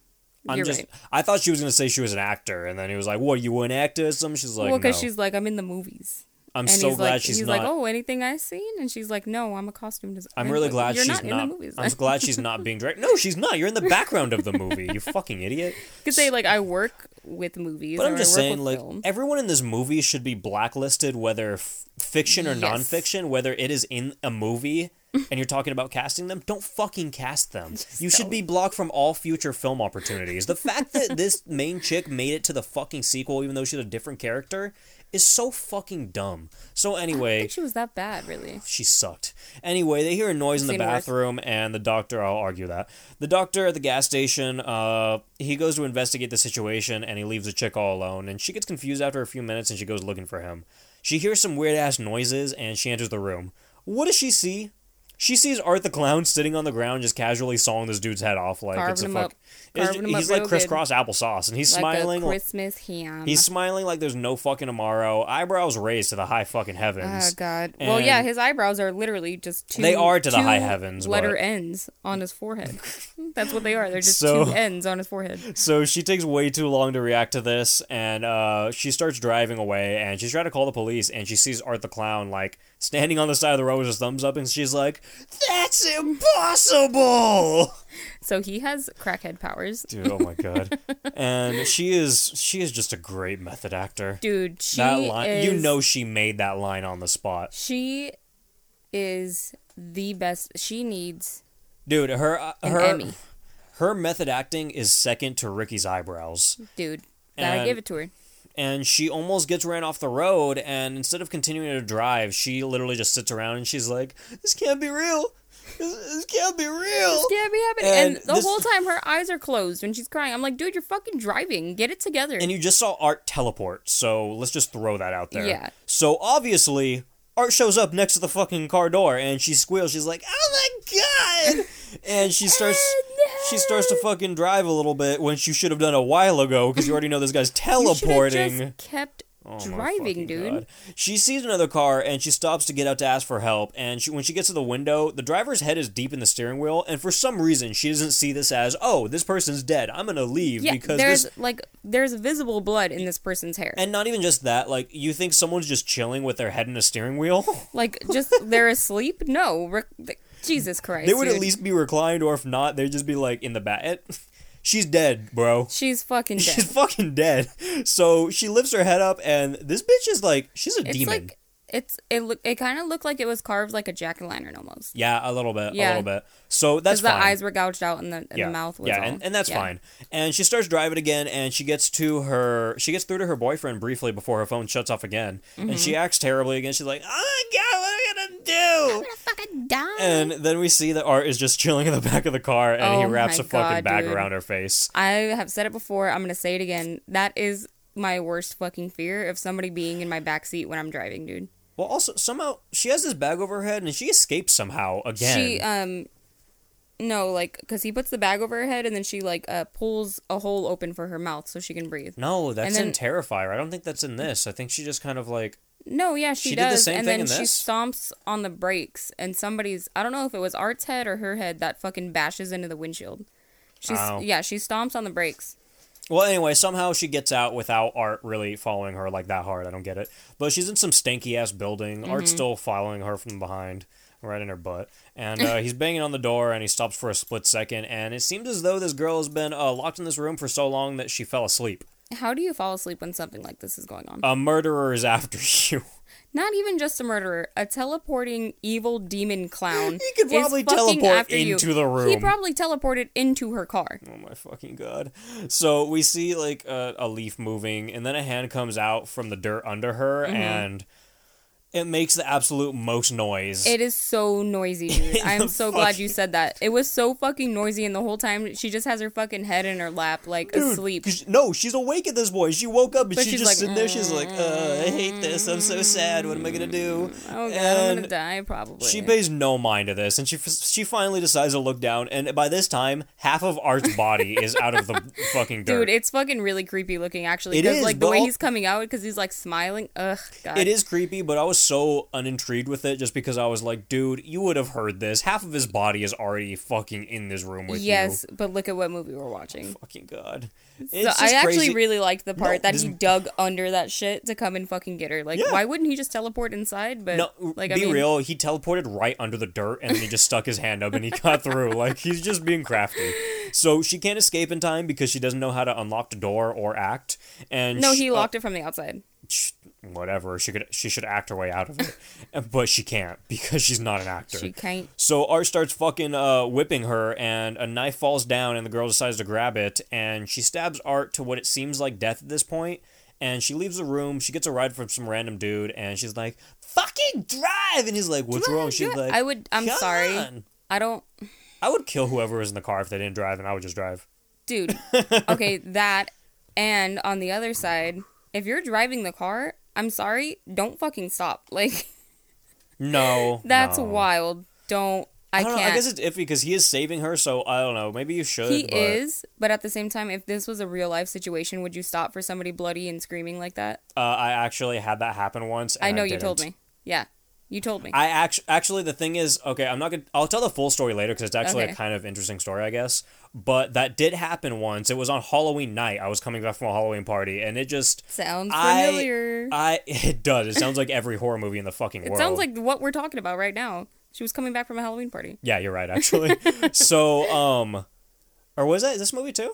Speaker 1: I'm
Speaker 2: you're
Speaker 1: just.
Speaker 2: right.
Speaker 1: I thought she was gonna say she was an actor, and then he was like, "What? You an actor?" Or something. She's like,
Speaker 2: well,
Speaker 1: "No."
Speaker 2: because she's like, I'm in the movies.
Speaker 1: I'm
Speaker 2: and
Speaker 1: so
Speaker 2: he's
Speaker 1: glad
Speaker 2: like,
Speaker 1: she's
Speaker 2: he's
Speaker 1: not.
Speaker 2: like, oh, anything I've seen, and she's like, no, I'm a costume designer.
Speaker 1: I'm really glad
Speaker 2: You're
Speaker 1: she's
Speaker 2: not, in the movies.
Speaker 1: I'm glad she's not being directed. No, she's not. You're in the background of the movie. You fucking idiot.
Speaker 2: could say like I work with movies.
Speaker 1: But
Speaker 2: or
Speaker 1: I'm just
Speaker 2: I work
Speaker 1: saying,
Speaker 2: with
Speaker 1: like,
Speaker 2: film.
Speaker 1: everyone in this movie should be blacklisted, whether f- fiction or
Speaker 2: Yes.
Speaker 1: nonfiction, whether it is in a movie and you're talking about casting them, don't fucking cast them. you should be blocked from all future film opportunities. The fact that this main chick made it to the fucking sequel, even though she's a different character, is so fucking dumb. So,
Speaker 2: I
Speaker 1: anyway.
Speaker 2: think she was that bad, really.
Speaker 1: She sucked. Anyway, they hear a noise in the
Speaker 2: Seen worse.
Speaker 1: bathroom, and the doctor, I'll argue that. The doctor at the gas station, uh, he goes to investigate the situation and he leaves the chick all alone. And she gets confused after a few minutes and she goes looking for him. She hears some weird ass noises and she enters the room. What does she see? She sees Art the Clown sitting on the ground just casually sawing this dude's head off like it's
Speaker 2: Carving
Speaker 1: a
Speaker 2: him
Speaker 1: fuck.
Speaker 2: up.
Speaker 1: it's-
Speaker 2: Carving him up
Speaker 1: he's like
Speaker 2: real good.
Speaker 1: crisscross applesauce and he's
Speaker 2: Like
Speaker 1: smiling.
Speaker 2: a Christmas ham.
Speaker 1: he's smiling like there's no fucking tomorrow. Eyebrows raised to the high fucking heavens.
Speaker 2: Oh God! well,
Speaker 1: And-
Speaker 2: yeah, his eyebrows are literally just two.
Speaker 1: They are to the
Speaker 2: two
Speaker 1: high heavens,
Speaker 2: Letter
Speaker 1: but-
Speaker 2: ends on his forehead. That's what they are. They're just
Speaker 1: So-
Speaker 2: two ends on his forehead.
Speaker 1: So she takes way too long to react to this, and uh, she starts driving away. And she's trying to call the police, and she sees Art the clown like standing on the side of the road with his thumbs up, and she's like, "That's impossible!"
Speaker 2: So he has crackhead powers,
Speaker 1: Dude, oh my god! and she is she is just a great method actor.
Speaker 2: dude. She
Speaker 1: that line,
Speaker 2: is,
Speaker 1: you know, she made that line on the spot,
Speaker 2: she is the best. She needs
Speaker 1: dude. Her uh,
Speaker 2: an
Speaker 1: her
Speaker 2: Emmy,
Speaker 1: her method acting is second to Ricky's eyebrows.
Speaker 2: dude. That
Speaker 1: And-
Speaker 2: I give it to her.
Speaker 1: and she almost gets ran off the road and instead of continuing to drive she literally just sits around and she's like this can't be real this, this can't be real
Speaker 2: Yeah, be happening.
Speaker 1: And
Speaker 2: And, the
Speaker 1: this-
Speaker 2: whole time her eyes are closed when she's crying. I'm like, dude, you're fucking driving. Get it together.
Speaker 1: and you just saw art teleport so let's just throw that out there
Speaker 2: Yeah.
Speaker 1: so obviously art shows up next to the fucking car door and she squeals she's like oh my god and she starts
Speaker 2: Oh,
Speaker 1: she starts to fucking drive a little bit when she should have done a while ago because you already know this guy's
Speaker 2: You should have
Speaker 1: teleporting
Speaker 2: just kept
Speaker 1: Oh my fucking
Speaker 2: driving, dude.
Speaker 1: God. She sees another car and she stops to get out to ask for help. And she, when she gets to the window, the driver's head is deep in the steering wheel. And for some reason, she doesn't see this as, oh, this person's dead. I'm going to leave
Speaker 2: Yeah,
Speaker 1: because
Speaker 2: there's
Speaker 1: this.
Speaker 2: like there's visible blood in this person's hair.
Speaker 1: And not even just that, like, you think someone's just chilling with their head in a steering wheel?
Speaker 2: like just they're asleep. No, rec- th- Jesus Christ.
Speaker 1: they would at
Speaker 2: dude.
Speaker 1: least be reclined, or if not, they'd just be, like, in the back. It- She's dead, bro.
Speaker 2: She's fucking dead.
Speaker 1: She's fucking dead. So she lifts her head up, and this bitch is like, she's a
Speaker 2: it's
Speaker 1: demon.
Speaker 2: like it's it look it kind of looked like it was carved like a jack o' lantern almost.
Speaker 1: yeah, a little bit, a
Speaker 2: Yeah.
Speaker 1: little bit. So that's
Speaker 2: Because the
Speaker 1: fine.
Speaker 2: eyes were gouged out and the, and the mouth was
Speaker 1: yeah,
Speaker 2: all.
Speaker 1: and, and that's
Speaker 2: yeah.
Speaker 1: fine. And she starts driving again, and she gets to her, she gets through to her boyfriend briefly before her phone shuts off again, and
Speaker 2: Mm-hmm.
Speaker 1: she acts terribly again. She's like, "Oh my god, what am I gonna do?"
Speaker 2: Fucking die.
Speaker 1: And then we see that Art is just chilling in the back of the car, and he
Speaker 2: Oh
Speaker 1: wraps a
Speaker 2: my
Speaker 1: fucking
Speaker 2: God,
Speaker 1: bag
Speaker 2: dude.
Speaker 1: around her face.
Speaker 2: I have said it before. I'm gonna say it again. That is my worst fucking fear of somebody being in my backseat when I'm driving, dude.
Speaker 1: Well, also somehow she has this bag over her head, and she escapes somehow again.
Speaker 2: She um no, like cuz he puts the bag over her head and then she like uh pulls a hole open for her mouth so she can breathe.
Speaker 1: no, that's
Speaker 2: and
Speaker 1: in Terrifier. I don't think that's in this. I think she just kind of like
Speaker 2: No, yeah, she,
Speaker 1: She did the
Speaker 2: does.
Speaker 1: same
Speaker 2: and
Speaker 1: thing
Speaker 2: then
Speaker 1: in
Speaker 2: she
Speaker 1: this?
Speaker 2: stomps on the brakes, and somebody's I don't know if it was Art's head or her head that fucking bashes into the windshield. She's
Speaker 1: Ow.
Speaker 2: yeah, she stomps on the brakes.
Speaker 1: Well, anyway, somehow she gets out without Art really following her like that hard. I don't get it. But she's in some stanky ass building. Art's still following her from behind, right in her butt. And uh, he's banging on the door and he stops for a split second. And it seems as though this girl has been uh, locked in this room for so long that she fell asleep.
Speaker 2: How do you fall asleep when something like this is going on?
Speaker 1: A murderer is after you.
Speaker 2: Not even just a murderer, a teleporting evil demon clown. he
Speaker 1: could probably teleport into the
Speaker 2: He
Speaker 1: room.
Speaker 2: probably teleported into her car.
Speaker 1: Oh my fucking god! So we see like a, a leaf moving, and then a hand comes out from the dirt under her, and it makes the absolute most noise.
Speaker 2: It is so noisy, dude. I'm so glad you said that. It was so fucking noisy, and the whole time she just has her fucking head in her lap, like asleep.
Speaker 1: 'Cause- No, she's awake at this point. She woke up and
Speaker 2: But
Speaker 1: she's,
Speaker 2: she's
Speaker 1: just
Speaker 2: like,
Speaker 1: sitting
Speaker 2: Mm.
Speaker 1: there. She's like, uh, I hate this. I'm so sad. What am I gonna do?
Speaker 2: Oh god, I'm gonna
Speaker 1: and
Speaker 2: die probably.
Speaker 1: she pays no mind to this, and she f- she finally decides to look down. And by this time, half of Art's body is out of the fucking dirt.
Speaker 2: Dude, it's fucking really creepy looking actually.
Speaker 1: It
Speaker 2: Because
Speaker 1: is,
Speaker 2: like the
Speaker 1: but
Speaker 2: way
Speaker 1: al-
Speaker 2: he's coming out, because he's like smiling. Ugh, god.
Speaker 1: it is creepy, but I was so unintrigued with it just because I was like, dude, you would have heard this. Half of his body is already fucking in this room with
Speaker 2: Yes,
Speaker 1: you.
Speaker 2: but look at what movie we're watching.
Speaker 1: Fucking god. It's
Speaker 2: so
Speaker 1: just
Speaker 2: I actually
Speaker 1: crazy.
Speaker 2: really liked the part that
Speaker 1: this-
Speaker 2: he dug under that shit to come and fucking get her. Like,
Speaker 1: Yeah.
Speaker 2: why wouldn't he just teleport inside? But
Speaker 1: No,
Speaker 2: like,
Speaker 1: be
Speaker 2: I mean,
Speaker 1: real. He teleported right under the dirt, and then he just stuck his hand up and he got through. Like he's just being crafty. So she can't escape in time because she doesn't know how to unlock the door or act. And
Speaker 2: No,
Speaker 1: she-
Speaker 2: he locked it from the outside.
Speaker 1: uh, sh- whatever. She could. She should act her way out of it, but she can't because she's not an actor.
Speaker 2: She can't.
Speaker 1: So Art starts fucking uh, whipping her, and a knife falls down, and the girl decides to grab it, and she stabs Art to what it seems like death at this point, and she leaves the room. She gets a ride from some random dude, and she's like, "Fucking drive!" And he's like, "What's wrong?" She's like,
Speaker 2: I would. I'm
Speaker 1: "Come
Speaker 2: sorry.
Speaker 1: on."
Speaker 2: I don't,
Speaker 1: I would kill whoever was in the car if they didn't drive, and I would just drive."
Speaker 2: dude. okay, that. And on the other side, if you're driving the car, I'm sorry, don't fucking stop. Like
Speaker 1: No,
Speaker 2: that's
Speaker 1: no.
Speaker 2: wild. Don't. I,
Speaker 1: I don't
Speaker 2: can't.
Speaker 1: know. I guess it's iffy because he is saving her, so I don't know. Maybe you should.
Speaker 2: he
Speaker 1: but
Speaker 2: is, but at the same time, if this was a real life situation, would you stop for somebody bloody and screaming like that?
Speaker 1: Uh, I actually had that happen once. And
Speaker 2: I know you told
Speaker 1: didn't.
Speaker 2: me. Yeah, you told me.
Speaker 1: I actually, actually, the thing is, okay, I'm not gonna. I'll tell the full story later because it's actually
Speaker 2: Okay.
Speaker 1: a kind of interesting story, I guess. But that did happen once. It was on Halloween night. I was coming back from a Halloween party, and it just
Speaker 2: Sounds
Speaker 1: I-
Speaker 2: familiar.
Speaker 1: I it does. It sounds like every horror movie in the fucking
Speaker 2: it
Speaker 1: world.
Speaker 2: sounds like what we're talking about right now. She was coming back from a Halloween party.
Speaker 1: Yeah, you're right. Actually, so um, or was that this movie too?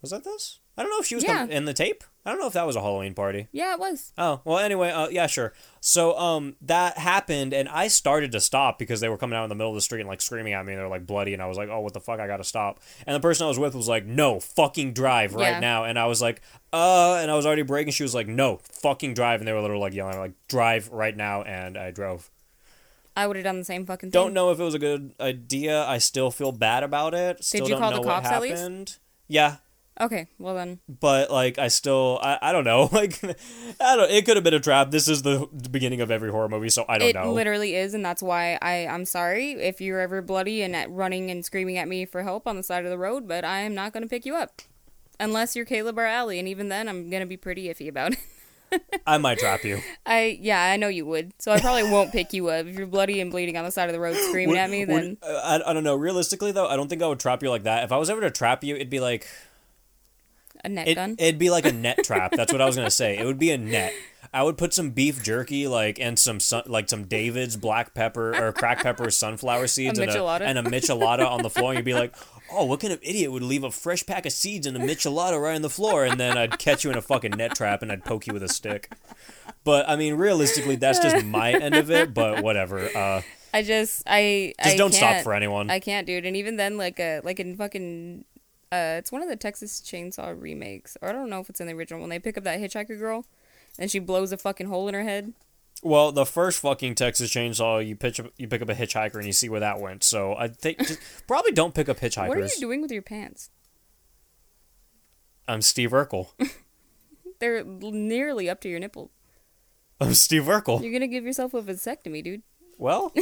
Speaker 1: Was that this? I don't know if she was
Speaker 2: Yeah.
Speaker 1: com- in the tape. I don't know if that was a Halloween party.
Speaker 2: Yeah, it was.
Speaker 1: Oh well, anyway, uh, yeah, sure. So um, that happened, and I started to stop because they were coming out in the middle of the street and like screaming at me, and they were like bloody, and I was like, oh, what the fuck, I gotta stop. And the person I was with was like, no, fucking drive right
Speaker 2: Yeah.
Speaker 1: now, and I was like, uh, and I was already braking. She was like, no, fucking drive, and they were literally like yelling, like drive right now, and I drove.
Speaker 2: I would have done the same fucking thing.
Speaker 1: Don't know if it was a good idea. I still feel bad about it. Still
Speaker 2: you
Speaker 1: don't
Speaker 2: call
Speaker 1: know
Speaker 2: the
Speaker 1: what
Speaker 2: cops at least?
Speaker 1: happened. Yeah,
Speaker 2: Okay, well then.
Speaker 1: but like I still I, I don't know like I don't it could have been a trap. This is the beginning of every horror movie, so I don't
Speaker 2: It
Speaker 1: know.
Speaker 2: literally is, and that's why I, I'm sorry if you're ever bloody and at running and screaming at me for help on the side of the road, but I am not going to pick you up. Unless you're Caleb or Allie, and even then, I'm going to be pretty iffy about it.
Speaker 1: I might trap you.
Speaker 2: I, yeah, I know you would, so I probably won't pick you up. If you're bloody and bleeding on the side of the road screaming
Speaker 1: Would-
Speaker 2: at me,
Speaker 1: would-
Speaker 2: then.
Speaker 1: uh, I, I don't know. Realistically though, I don't think I would trap you like that. If I was ever to trap you, it'd be like
Speaker 2: A net
Speaker 1: it,
Speaker 2: gun?
Speaker 1: it'd be like a net trap. That's what I was gonna say. It would be a net. I would put some beef jerky, like and some sun, like some David's black pepper or crack pepper sunflower seeds and,
Speaker 2: michelada.
Speaker 1: a, and a michelada on the floor. And you'd be like, "Oh, what kind of idiot would leave a fresh pack of seeds and a michelada right on the floor?" And then I'd catch you in a fucking net trap and I'd poke you with a stick. But I mean, realistically, that's just my end of it. But whatever. Uh,
Speaker 2: I just, I.
Speaker 1: just
Speaker 2: I
Speaker 1: don't stop
Speaker 2: can't.
Speaker 1: for anyone.
Speaker 2: I can't, dude. And even then, like uh, like in fucking, uh, it's one of the Texas Chainsaw remakes, or I don't know if it's in the original. When they pick up that hitchhiker girl, and she blows a fucking hole in her head.
Speaker 1: Well, the first fucking Texas Chainsaw, you pitch up, you pick up a hitchhiker and you see where that went. So I think just, probably don't pick up hitchhikers.
Speaker 2: What are you doing with your pants?
Speaker 1: I'm Steve Urkel.
Speaker 2: They're l- nearly up to your nipple.
Speaker 1: I'm Steve Urkel.
Speaker 2: You're gonna give yourself a vasectomy, dude.
Speaker 1: Well,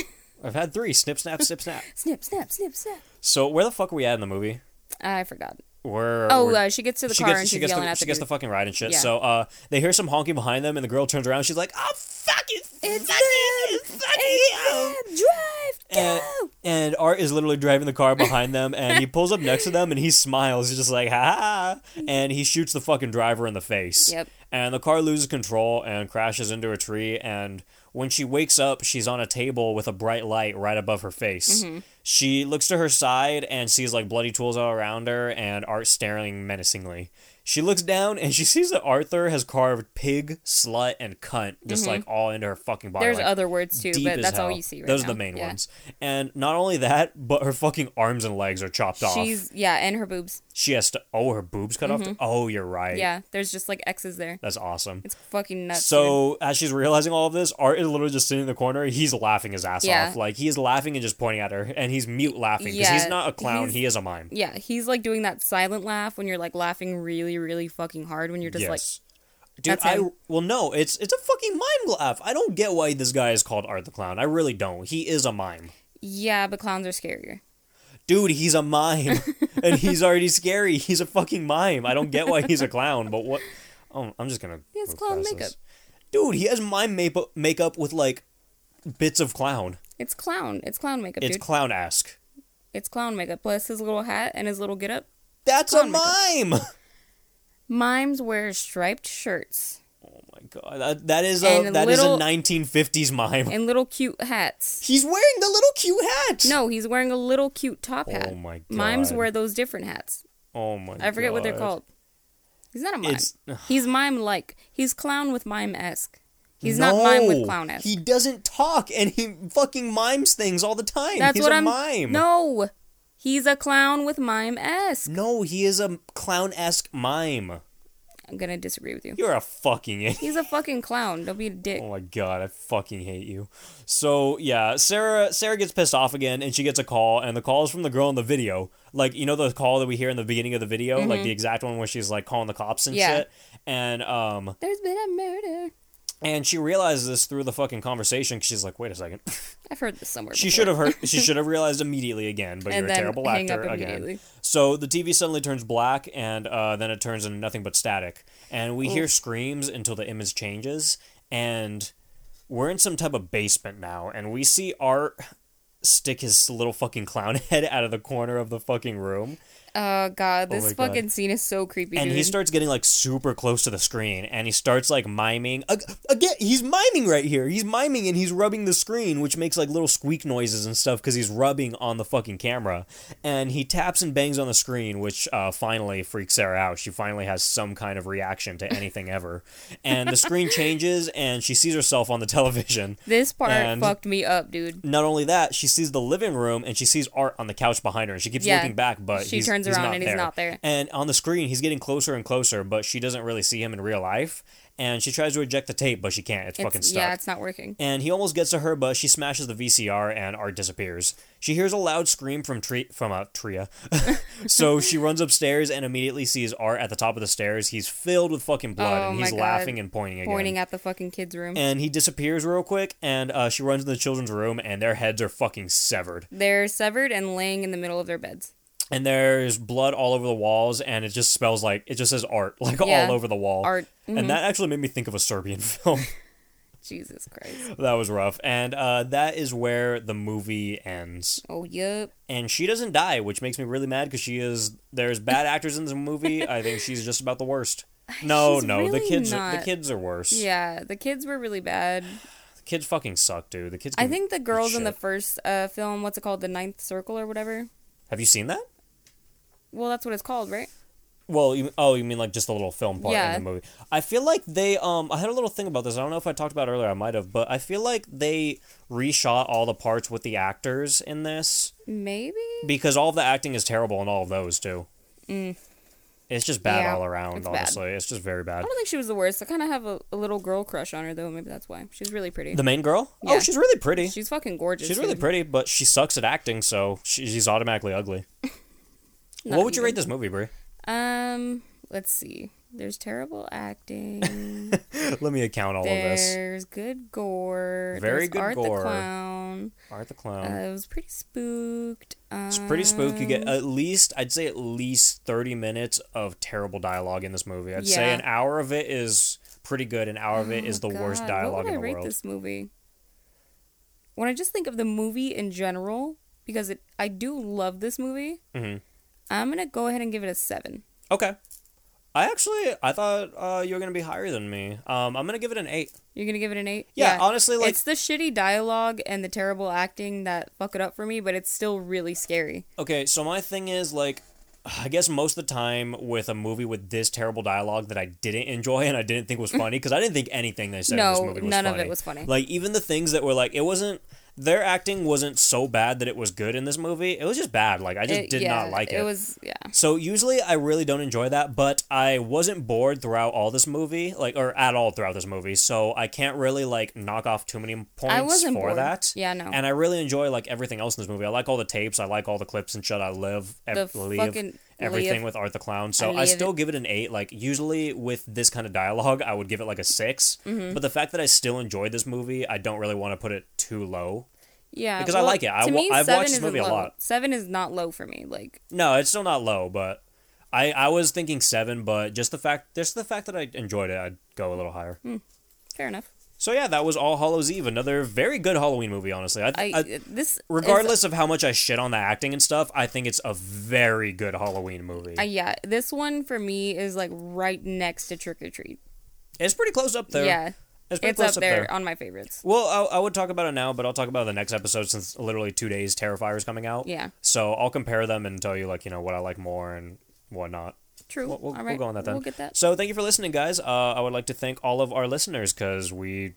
Speaker 1: I've had three. Snip, snap, snip, snap.
Speaker 2: Snip, snap, snip, snap.
Speaker 1: So where the fuck are we at in the movie?
Speaker 2: I forgot.
Speaker 1: We're
Speaker 2: Oh,
Speaker 1: we're-
Speaker 2: uh, she gets to the car and she's
Speaker 1: gets
Speaker 2: yelling
Speaker 1: the,
Speaker 2: at the
Speaker 1: she gets the
Speaker 2: dude.
Speaker 1: fucking ride and shit.
Speaker 2: Yeah.
Speaker 1: So uh, they hear some honking behind them, and the girl turns around. She's like, "Oh fuck,
Speaker 2: It's them. It's them. Drive.
Speaker 1: And,
Speaker 2: Go.
Speaker 1: and Art is literally driving the car behind them, and he pulls up next to them, and he smiles. He's just like, ha ha, and he shoots the fucking driver in the face.
Speaker 2: Yep.
Speaker 1: And the car loses control and crashes into a tree. And when she wakes up, she's on a table with a bright light right above her face.
Speaker 2: Mm-hmm.
Speaker 1: She looks to her side and sees like bloody tools all around her, and Art staring menacingly. She looks down and she sees that Arthur has carved pig, slut, and cunt just like all into her fucking body.
Speaker 2: Mm-hmm. There's
Speaker 1: like,
Speaker 2: other words too,
Speaker 1: deep
Speaker 2: but
Speaker 1: as
Speaker 2: that's all
Speaker 1: hell.
Speaker 2: you see right
Speaker 1: Those
Speaker 2: now.
Speaker 1: are the main
Speaker 2: Yeah.
Speaker 1: ones. And not only that, but her fucking arms and legs are chopped off.
Speaker 2: She's yeah, and her boobs.
Speaker 1: She has to. Oh, her boobs cut off. Oh, you're right.
Speaker 2: Yeah, there's just like X's there.
Speaker 1: That's awesome.
Speaker 2: It's fucking nuts. dude.
Speaker 1: So as she's realizing all of this, Art is literally just sitting in the corner. He's laughing his ass
Speaker 2: Yeah.
Speaker 1: off. Like he is laughing and just pointing at her, and he's mute laughing because he's
Speaker 2: Yeah,
Speaker 1: not a clown.
Speaker 2: he's-
Speaker 1: He is a mime.
Speaker 2: yeah, he's like doing that silent laugh when you're like laughing really, really fucking hard when you're just like
Speaker 1: yes. Dude,
Speaker 2: that's
Speaker 1: I
Speaker 2: him.
Speaker 1: well no, it's it's a fucking mime laugh. I don't get why this guy is called Art the Clown. I really don't. He is a mime.
Speaker 2: yeah, but clowns are scarier.
Speaker 1: dude, he's a mime, and he's already scary. He's a fucking mime. I don't get why he's a clown, but what? Oh, I'm just gonna.
Speaker 2: He has
Speaker 1: move
Speaker 2: clown
Speaker 1: past
Speaker 2: makeup.
Speaker 1: this. Dude, he has mime makeup makeup with like bits of clown.
Speaker 2: It's clown. It's clown makeup,
Speaker 1: It's
Speaker 2: dude.
Speaker 1: clown esque.
Speaker 2: It's clown makeup. Plus his little hat and his little get up.
Speaker 1: That's
Speaker 2: Clown
Speaker 1: a
Speaker 2: makeup.
Speaker 1: mime.
Speaker 2: Mimes wear striped shirts
Speaker 1: Oh my god, that, that is a
Speaker 2: And
Speaker 1: that is
Speaker 2: little-
Speaker 1: a 1950s mime.
Speaker 2: and little cute hats.
Speaker 1: He's wearing the little cute hat.
Speaker 2: No, he's wearing a little cute top hat.
Speaker 1: Oh my god.
Speaker 2: Mimes wear those different hats.
Speaker 1: Oh my.
Speaker 2: I forget what they're
Speaker 1: God.
Speaker 2: called. He's not a mime.
Speaker 1: It's-
Speaker 2: He's mime like. He's clown with mime esque. He's not mime with
Speaker 1: No,
Speaker 2: clown esque.
Speaker 1: He doesn't talk, and he fucking mimes things all the time.
Speaker 2: That's
Speaker 1: he's
Speaker 2: what
Speaker 1: a
Speaker 2: I'm.
Speaker 1: mime.
Speaker 2: No, he's a clown with mime esque.
Speaker 1: No, he is a clown esque mime.
Speaker 2: I'm gonna disagree with you.
Speaker 1: You're a fucking idiot.
Speaker 2: He's a fucking clown. Don't be a dick.
Speaker 1: Oh my god, I fucking hate you. So yeah, Sarah Sarah gets pissed off again and she gets a call and the call is from the girl in the video. Like, you know the call that we hear in the beginning of the video? Like the exact one where she's like calling the cops and
Speaker 2: Mm-hmm. Yeah.
Speaker 1: shit. And um
Speaker 2: There's been a murder.
Speaker 1: and she realizes this through the fucking conversation 'cause she's like, wait a second.
Speaker 2: I've heard this somewhere.
Speaker 1: She
Speaker 2: before.
Speaker 1: should have heard. She should have realized immediately again. But
Speaker 2: And
Speaker 1: you're a
Speaker 2: then
Speaker 1: terrible
Speaker 2: hang
Speaker 1: actor
Speaker 2: up
Speaker 1: again.
Speaker 2: immediately.
Speaker 1: So the TV suddenly turns black, and uh, then it turns into nothing but static. And we hear screams until the image changes, and we're in some type of basement now, and we see Art stick his little fucking clown head out of the corner of the fucking room
Speaker 2: Oh god,
Speaker 1: my
Speaker 2: this
Speaker 1: God.
Speaker 2: fucking scene is so creepy.
Speaker 1: and
Speaker 2: dude.
Speaker 1: he starts getting like super close to the screen and he starts like miming Ag- again he's miming right here he's miming and he's rubbing the screen which makes like little squeak noises and stuff because he's rubbing on the fucking camera and he taps and bangs on the screen which uh, finally freaks sarah out she finally has some kind of reaction to anything ever and the screen changes and she sees herself on the television
Speaker 2: This part
Speaker 1: and-
Speaker 2: fucked me up, dude.
Speaker 1: not only that, she sees the living room and she sees Art on the couch behind her, and she keeps
Speaker 2: Yeah.
Speaker 1: looking back, but
Speaker 2: She
Speaker 1: he's-
Speaker 2: turns
Speaker 1: he's
Speaker 2: around
Speaker 1: not
Speaker 2: and he's
Speaker 1: there.
Speaker 2: not there.
Speaker 1: And on the screen, he's getting closer and closer, but she doesn't really see him in real life. And she tries to eject the tape, but she can't. It's,
Speaker 2: It's,
Speaker 1: fucking stuck.
Speaker 2: yeah, it's not working.
Speaker 1: And he almost gets to her, but she smashes the VCR, and Art disappears. She hears a loud scream from Tri- from uh, Tria, so she runs upstairs and immediately sees Art at the top of the stairs. He's filled with fucking blood,
Speaker 2: Oh
Speaker 1: and
Speaker 2: my
Speaker 1: he's
Speaker 2: God.
Speaker 1: laughing and pointing again
Speaker 2: Pointing at the fucking kids' room.
Speaker 1: and he disappears real quick and uh, she runs into the children's room and their heads are fucking severed
Speaker 2: They're severed and laying in the middle of their beds.
Speaker 1: and there's blood all over the walls and it just spells like it just says art like
Speaker 2: Yeah.
Speaker 1: all over the wall
Speaker 2: Art.
Speaker 1: Oh.
Speaker 2: Mm-hmm.
Speaker 1: and that actually made me think of a serbian film
Speaker 2: Jesus Christ.
Speaker 1: that was rough and uh, that is where the movie ends
Speaker 2: Oh, yep.
Speaker 1: and she doesn't die which makes me really mad because she is there's bad actors in this movie i think she's just about the worst no
Speaker 2: She's
Speaker 1: no the
Speaker 2: really
Speaker 1: kids are, the
Speaker 2: not.
Speaker 1: kids are worse
Speaker 2: Yeah, the kids were really bad.
Speaker 1: the kids fucking suck dude the kids
Speaker 2: I
Speaker 1: can-
Speaker 2: think the girls in the
Speaker 1: shit.
Speaker 2: first uh, film, what's it called, the Ninth Circle or whatever.
Speaker 1: have you seen that
Speaker 2: Well, that's what it's called, right?
Speaker 1: Well, you, oh, you mean like just the little film part
Speaker 2: Yeah.
Speaker 1: in the movie? I feel like they. Um, I had a little thing about this. I don't know if I talked about it earlier. I might have, but I feel like they reshot all the parts with the actors in this
Speaker 2: Maybe.
Speaker 1: because all of the acting is terrible in all of those too. It's just bad
Speaker 2: Mm. Yeah,
Speaker 1: all around.
Speaker 2: it's bad.
Speaker 1: honestly, it's just very bad.
Speaker 2: I don't think she was the worst. I kind of have a, a little girl crush on her though. Maybe that's why. She's really pretty.
Speaker 1: The main girl. Oh,
Speaker 2: Yeah.
Speaker 1: she's really pretty.
Speaker 2: She's fucking gorgeous.
Speaker 1: She's really
Speaker 2: dude.
Speaker 1: pretty, but she sucks at acting, so she, she's automatically ugly.
Speaker 2: Not
Speaker 1: what would you
Speaker 2: even.
Speaker 1: rate this movie, Brie?
Speaker 2: Um, let's see. There's terrible acting.
Speaker 1: Let me account all of this.
Speaker 2: There's good gore.
Speaker 1: Very
Speaker 2: There's
Speaker 1: good
Speaker 2: Art
Speaker 1: gore.
Speaker 2: the clown.
Speaker 1: Art the
Speaker 2: Uh,
Speaker 1: Clown.
Speaker 2: it was pretty spooked. Um,
Speaker 1: It's pretty spook. You get at least, I'd say, at least 30 minutes of terrible dialogue in this movie. I'd say
Speaker 2: Yeah. Oh,
Speaker 1: an hour of it is pretty good, an hour of it is the worst
Speaker 2: God,
Speaker 1: dialogue
Speaker 2: what would
Speaker 1: in
Speaker 2: I
Speaker 1: the
Speaker 2: rate
Speaker 1: world.
Speaker 2: this movie? when I just think of the movie in general, because it, I do love this movie,
Speaker 1: Mhm.
Speaker 2: I'm gonna go ahead and give it a seven.
Speaker 1: Okay. I actually I thought uh, you were gonna be higher than me. Um, I'm gonna give it an eight.
Speaker 2: You're gonna give it an eight?
Speaker 1: Yeah, honestly, like
Speaker 2: it's the shitty dialogue and the terrible acting that fuck it up for me, but it's still really scary.
Speaker 1: Okay, so my thing is like I guess most of the time with a movie with this terrible dialogue that I didn't enjoy and I didn't think was funny because I didn't think anything they said in this
Speaker 2: No,
Speaker 1: movie was
Speaker 2: none of
Speaker 1: funny.
Speaker 2: it was funny.
Speaker 1: Like even the things that were like it wasn't their acting wasn't so bad that it was good in this movie. It was just bad. Like I just
Speaker 2: It-
Speaker 1: did
Speaker 2: yeah,
Speaker 1: not like it.
Speaker 2: It was yeah.
Speaker 1: so usually I really don't enjoy that, but I wasn't bored throughout all this movie, like or at all throughout this movie. So I can't really like knock off too many points
Speaker 2: I wasn't
Speaker 1: for
Speaker 2: bored.
Speaker 1: that.
Speaker 2: Yeah, no.
Speaker 1: And I really enjoy like everything else in this movie. I like all the tapes. I like all the clips and shit. I live, ev-
Speaker 2: The
Speaker 1: leave,
Speaker 2: fucking
Speaker 1: everything
Speaker 2: live.
Speaker 1: with Art the Clown. So
Speaker 2: I
Speaker 1: I
Speaker 2: live
Speaker 1: still give it an eight. Like usually with this kind of dialogue, I would give it like a 6
Speaker 2: Mm-hmm.
Speaker 1: But the fact that I still enjoyed this movie, I don't really want to put it too low.
Speaker 2: yeah,
Speaker 1: because I like it. I
Speaker 2: to
Speaker 1: wa-
Speaker 2: me,
Speaker 1: I've watched
Speaker 2: seven
Speaker 1: this
Speaker 2: isn't
Speaker 1: movie a
Speaker 2: low.
Speaker 1: lot.
Speaker 2: Seven is not low for me. Like
Speaker 1: No, it's still not low, but I I was thinking seven, but just the fact just the fact that I enjoyed it, I'd go a little higher.
Speaker 2: Hmm. fair enough.
Speaker 1: So yeah, that was All Hallows Eve, another very good Halloween movie. Honestly, I,
Speaker 2: I,
Speaker 1: I
Speaker 2: this is-
Speaker 1: regardless of how much I shit on the acting and stuff, I think it's a very good Halloween movie.
Speaker 2: I, yeah, this one for me is like right next to Trick or Treat.
Speaker 1: it's pretty close up there.
Speaker 2: Yeah,
Speaker 1: it's pretty
Speaker 2: it's
Speaker 1: close
Speaker 2: up there, on my favorites.
Speaker 1: Well, I, I would talk about it now, but I'll talk about it in the next episode since literally two days Terrifier is coming out.
Speaker 2: Yeah.
Speaker 1: So I'll compare them and tell you like you know what I like more and whatnot.
Speaker 2: True.
Speaker 1: We'll, we'll,
Speaker 2: All
Speaker 1: we'll
Speaker 2: right,
Speaker 1: go on that then.
Speaker 2: We'll get that.
Speaker 1: So thank you for listening, guys. Uh, I would like to thank all of our listeners because we,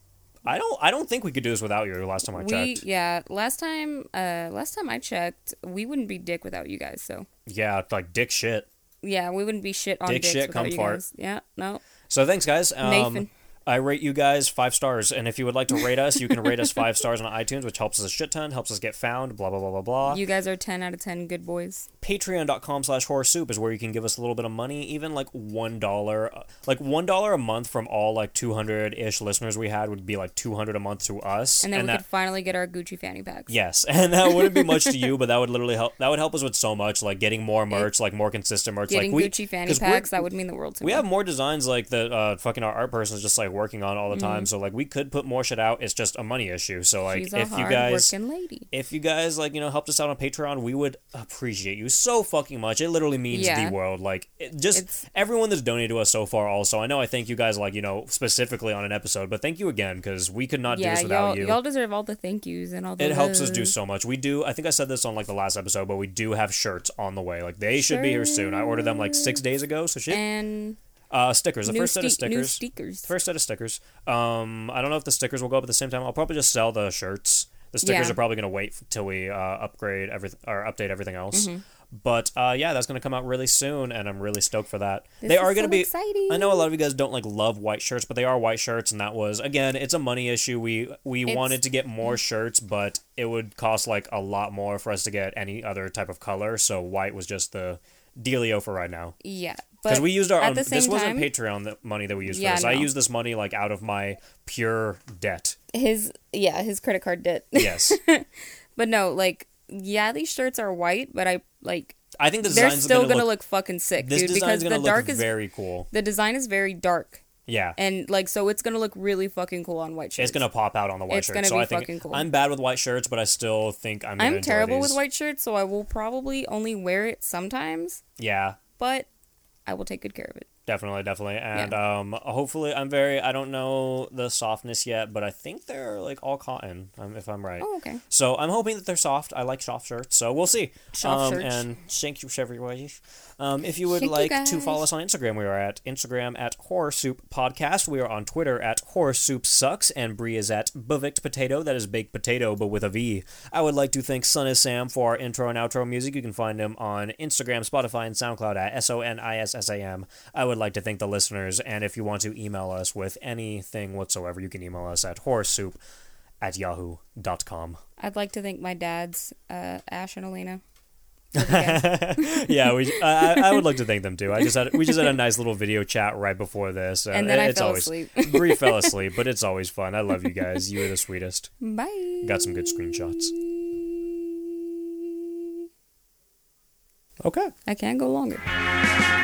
Speaker 1: I don't, I don't think we could do this without you. Last time I
Speaker 2: We
Speaker 1: checked,
Speaker 2: yeah. Last time, uh, last time I checked, we wouldn't be dick without you guys. So
Speaker 1: yeah, like dick shit.
Speaker 2: yeah, we wouldn't be shit on
Speaker 1: Dick
Speaker 2: dicks
Speaker 1: shit,
Speaker 2: without
Speaker 1: cum
Speaker 2: you
Speaker 1: fart.
Speaker 2: guys. Yeah. No.
Speaker 1: So thanks, guys. Um,
Speaker 2: Nathan.
Speaker 1: I rate you guys five stars, and if you would like to rate us, you can rate us five stars on iTunes, which helps us a shit ton, helps us get found. Blah blah blah blah blah.
Speaker 2: You guys are ten out of ten good boys.
Speaker 1: patreon.com slash horror soup is where you can give us a little bit of money even like one dollar like one dollar a month from all like 200-ish listeners we had would be like 200 a month to us
Speaker 2: And then we
Speaker 1: that
Speaker 2: could finally get our Gucci fanny packs.
Speaker 1: yes and that wouldn't be much to you but that would literally help that would help us with so much like getting more merch like more consistent merch
Speaker 2: Getting
Speaker 1: like we
Speaker 2: Gucci fanny
Speaker 1: 'cause we're-
Speaker 2: packs, that would mean the world to
Speaker 1: we
Speaker 2: me.
Speaker 1: have more designs like that uh fucking our art person is just like working on all the time so like we could put more shit out it's just a money issue so like
Speaker 2: Mm. She's a
Speaker 1: if
Speaker 2: hard
Speaker 1: you guys
Speaker 2: working lady.
Speaker 1: if you guys like you know helped us out on patreon we would appreciate you so fucking much it literally means
Speaker 2: Yeah.
Speaker 1: the world like it, just
Speaker 2: It's-
Speaker 1: everyone that's donated to us so far also i know i thank you guys like you know specifically on an episode but thank you again because we could not do
Speaker 2: Yeah,
Speaker 1: this without
Speaker 2: y'all,
Speaker 1: you
Speaker 2: y'all deserve all the thank yous and all the
Speaker 1: it helps us do
Speaker 2: love.
Speaker 1: so much we do i think i said this on like the last episode but we do have shirts on the way like they should be here soon i ordered them like six days ago so shit
Speaker 2: and
Speaker 1: uh stickers the
Speaker 2: new,
Speaker 1: first set of
Speaker 2: sti- new
Speaker 1: stickers
Speaker 2: stickers.
Speaker 1: first set of stickers. Um, I don't know if the stickers will go up at the same time. I'll probably just sell the shirts. The stickers
Speaker 2: Yeah.
Speaker 1: are probably going to wait f- till we uh, upgrade everything or update everything else.
Speaker 2: Mm-hmm.
Speaker 1: But uh, yeah, that's going to come out really soon, and I'm really stoked for that.
Speaker 2: This
Speaker 1: they are
Speaker 2: is
Speaker 1: going to
Speaker 2: so
Speaker 1: be.
Speaker 2: exciting.
Speaker 1: I know a lot of you guys don't like love white shirts, but they are white shirts, and that was again, it's a money issue. We we
Speaker 2: It's-
Speaker 1: wanted to get more shirts, but it would cost like a lot more for us to get any other type of color. So white was just the dealio for right now.
Speaker 2: yeah,
Speaker 1: Because
Speaker 2: but
Speaker 1: we used our
Speaker 2: at
Speaker 1: own.
Speaker 2: the same
Speaker 1: This wasn't
Speaker 2: time-
Speaker 1: Patreon that money that we used
Speaker 2: Yeah,
Speaker 1: for this. I
Speaker 2: no.
Speaker 1: used this money like out of my pure debt.
Speaker 2: his yeah his credit card debt.
Speaker 1: Yes,
Speaker 2: but no, like yeah, these shirts are white, but I like
Speaker 1: I think the
Speaker 2: they're
Speaker 1: design's
Speaker 2: still
Speaker 1: gonna,
Speaker 2: gonna
Speaker 1: look.
Speaker 2: look, fucking sick,
Speaker 1: this
Speaker 2: dude.
Speaker 1: design's
Speaker 2: Because
Speaker 1: gonna
Speaker 2: the
Speaker 1: look
Speaker 2: dark is
Speaker 1: very cool.
Speaker 2: the design is very dark,
Speaker 1: Yeah,
Speaker 2: and like so it's gonna look really fucking cool on white shirts.
Speaker 1: it's gonna pop out on the white
Speaker 2: It's
Speaker 1: shirt.
Speaker 2: gonna
Speaker 1: So
Speaker 2: be
Speaker 1: I think
Speaker 2: fucking cool.
Speaker 1: I'm bad with white shirts, but I still think I'm. Gonna
Speaker 2: I'm
Speaker 1: enjoy
Speaker 2: terrible with
Speaker 1: these.
Speaker 2: white shirts, so I will probably only wear it sometimes,
Speaker 1: Yeah,
Speaker 2: but I will take good care of it.
Speaker 1: definitely, definitely, and um, hopefully, I'm very. I don't know the softness yet, but I think they're like all cotton, um, if I'm right.
Speaker 2: Oh, okay.
Speaker 1: So I'm hoping that they're soft. I like soft shirts, so we'll see.
Speaker 2: Soft
Speaker 1: um,
Speaker 2: shirts.
Speaker 1: And thank you, everybody. Um, if you would
Speaker 2: Thank you,
Speaker 1: like to
Speaker 2: guys.
Speaker 1: follow us on Instagram, we are at Instagram at Horror Soup Podcast. We are on Twitter at Horror Soup Sucks, and Brie is at Bavicked Potato. That is baked potato, but with a V. I would like to thank Son is Sam for our intro and outro music. You can find him on Instagram, Spotify, and SoundCloud at S O N I S S A M. I would like to thank the listeners, and if you want to email us with anything whatsoever, you can email us at Horror Soup at yahoo.com.
Speaker 2: I'd like to thank my dads, uh, Ash and Elena. for the gift.
Speaker 1: yeah, we. I, I- I would like to thank them too. I just had we just had a nice little video chat right before this,
Speaker 2: And then I
Speaker 1: it's
Speaker 2: fell
Speaker 1: always,
Speaker 2: asleep.
Speaker 1: Bree fell asleep, but it's always fun. I love you guys. You are the sweetest.
Speaker 2: Bye.
Speaker 1: Got some good screenshots. Okay.
Speaker 2: I can't go longer.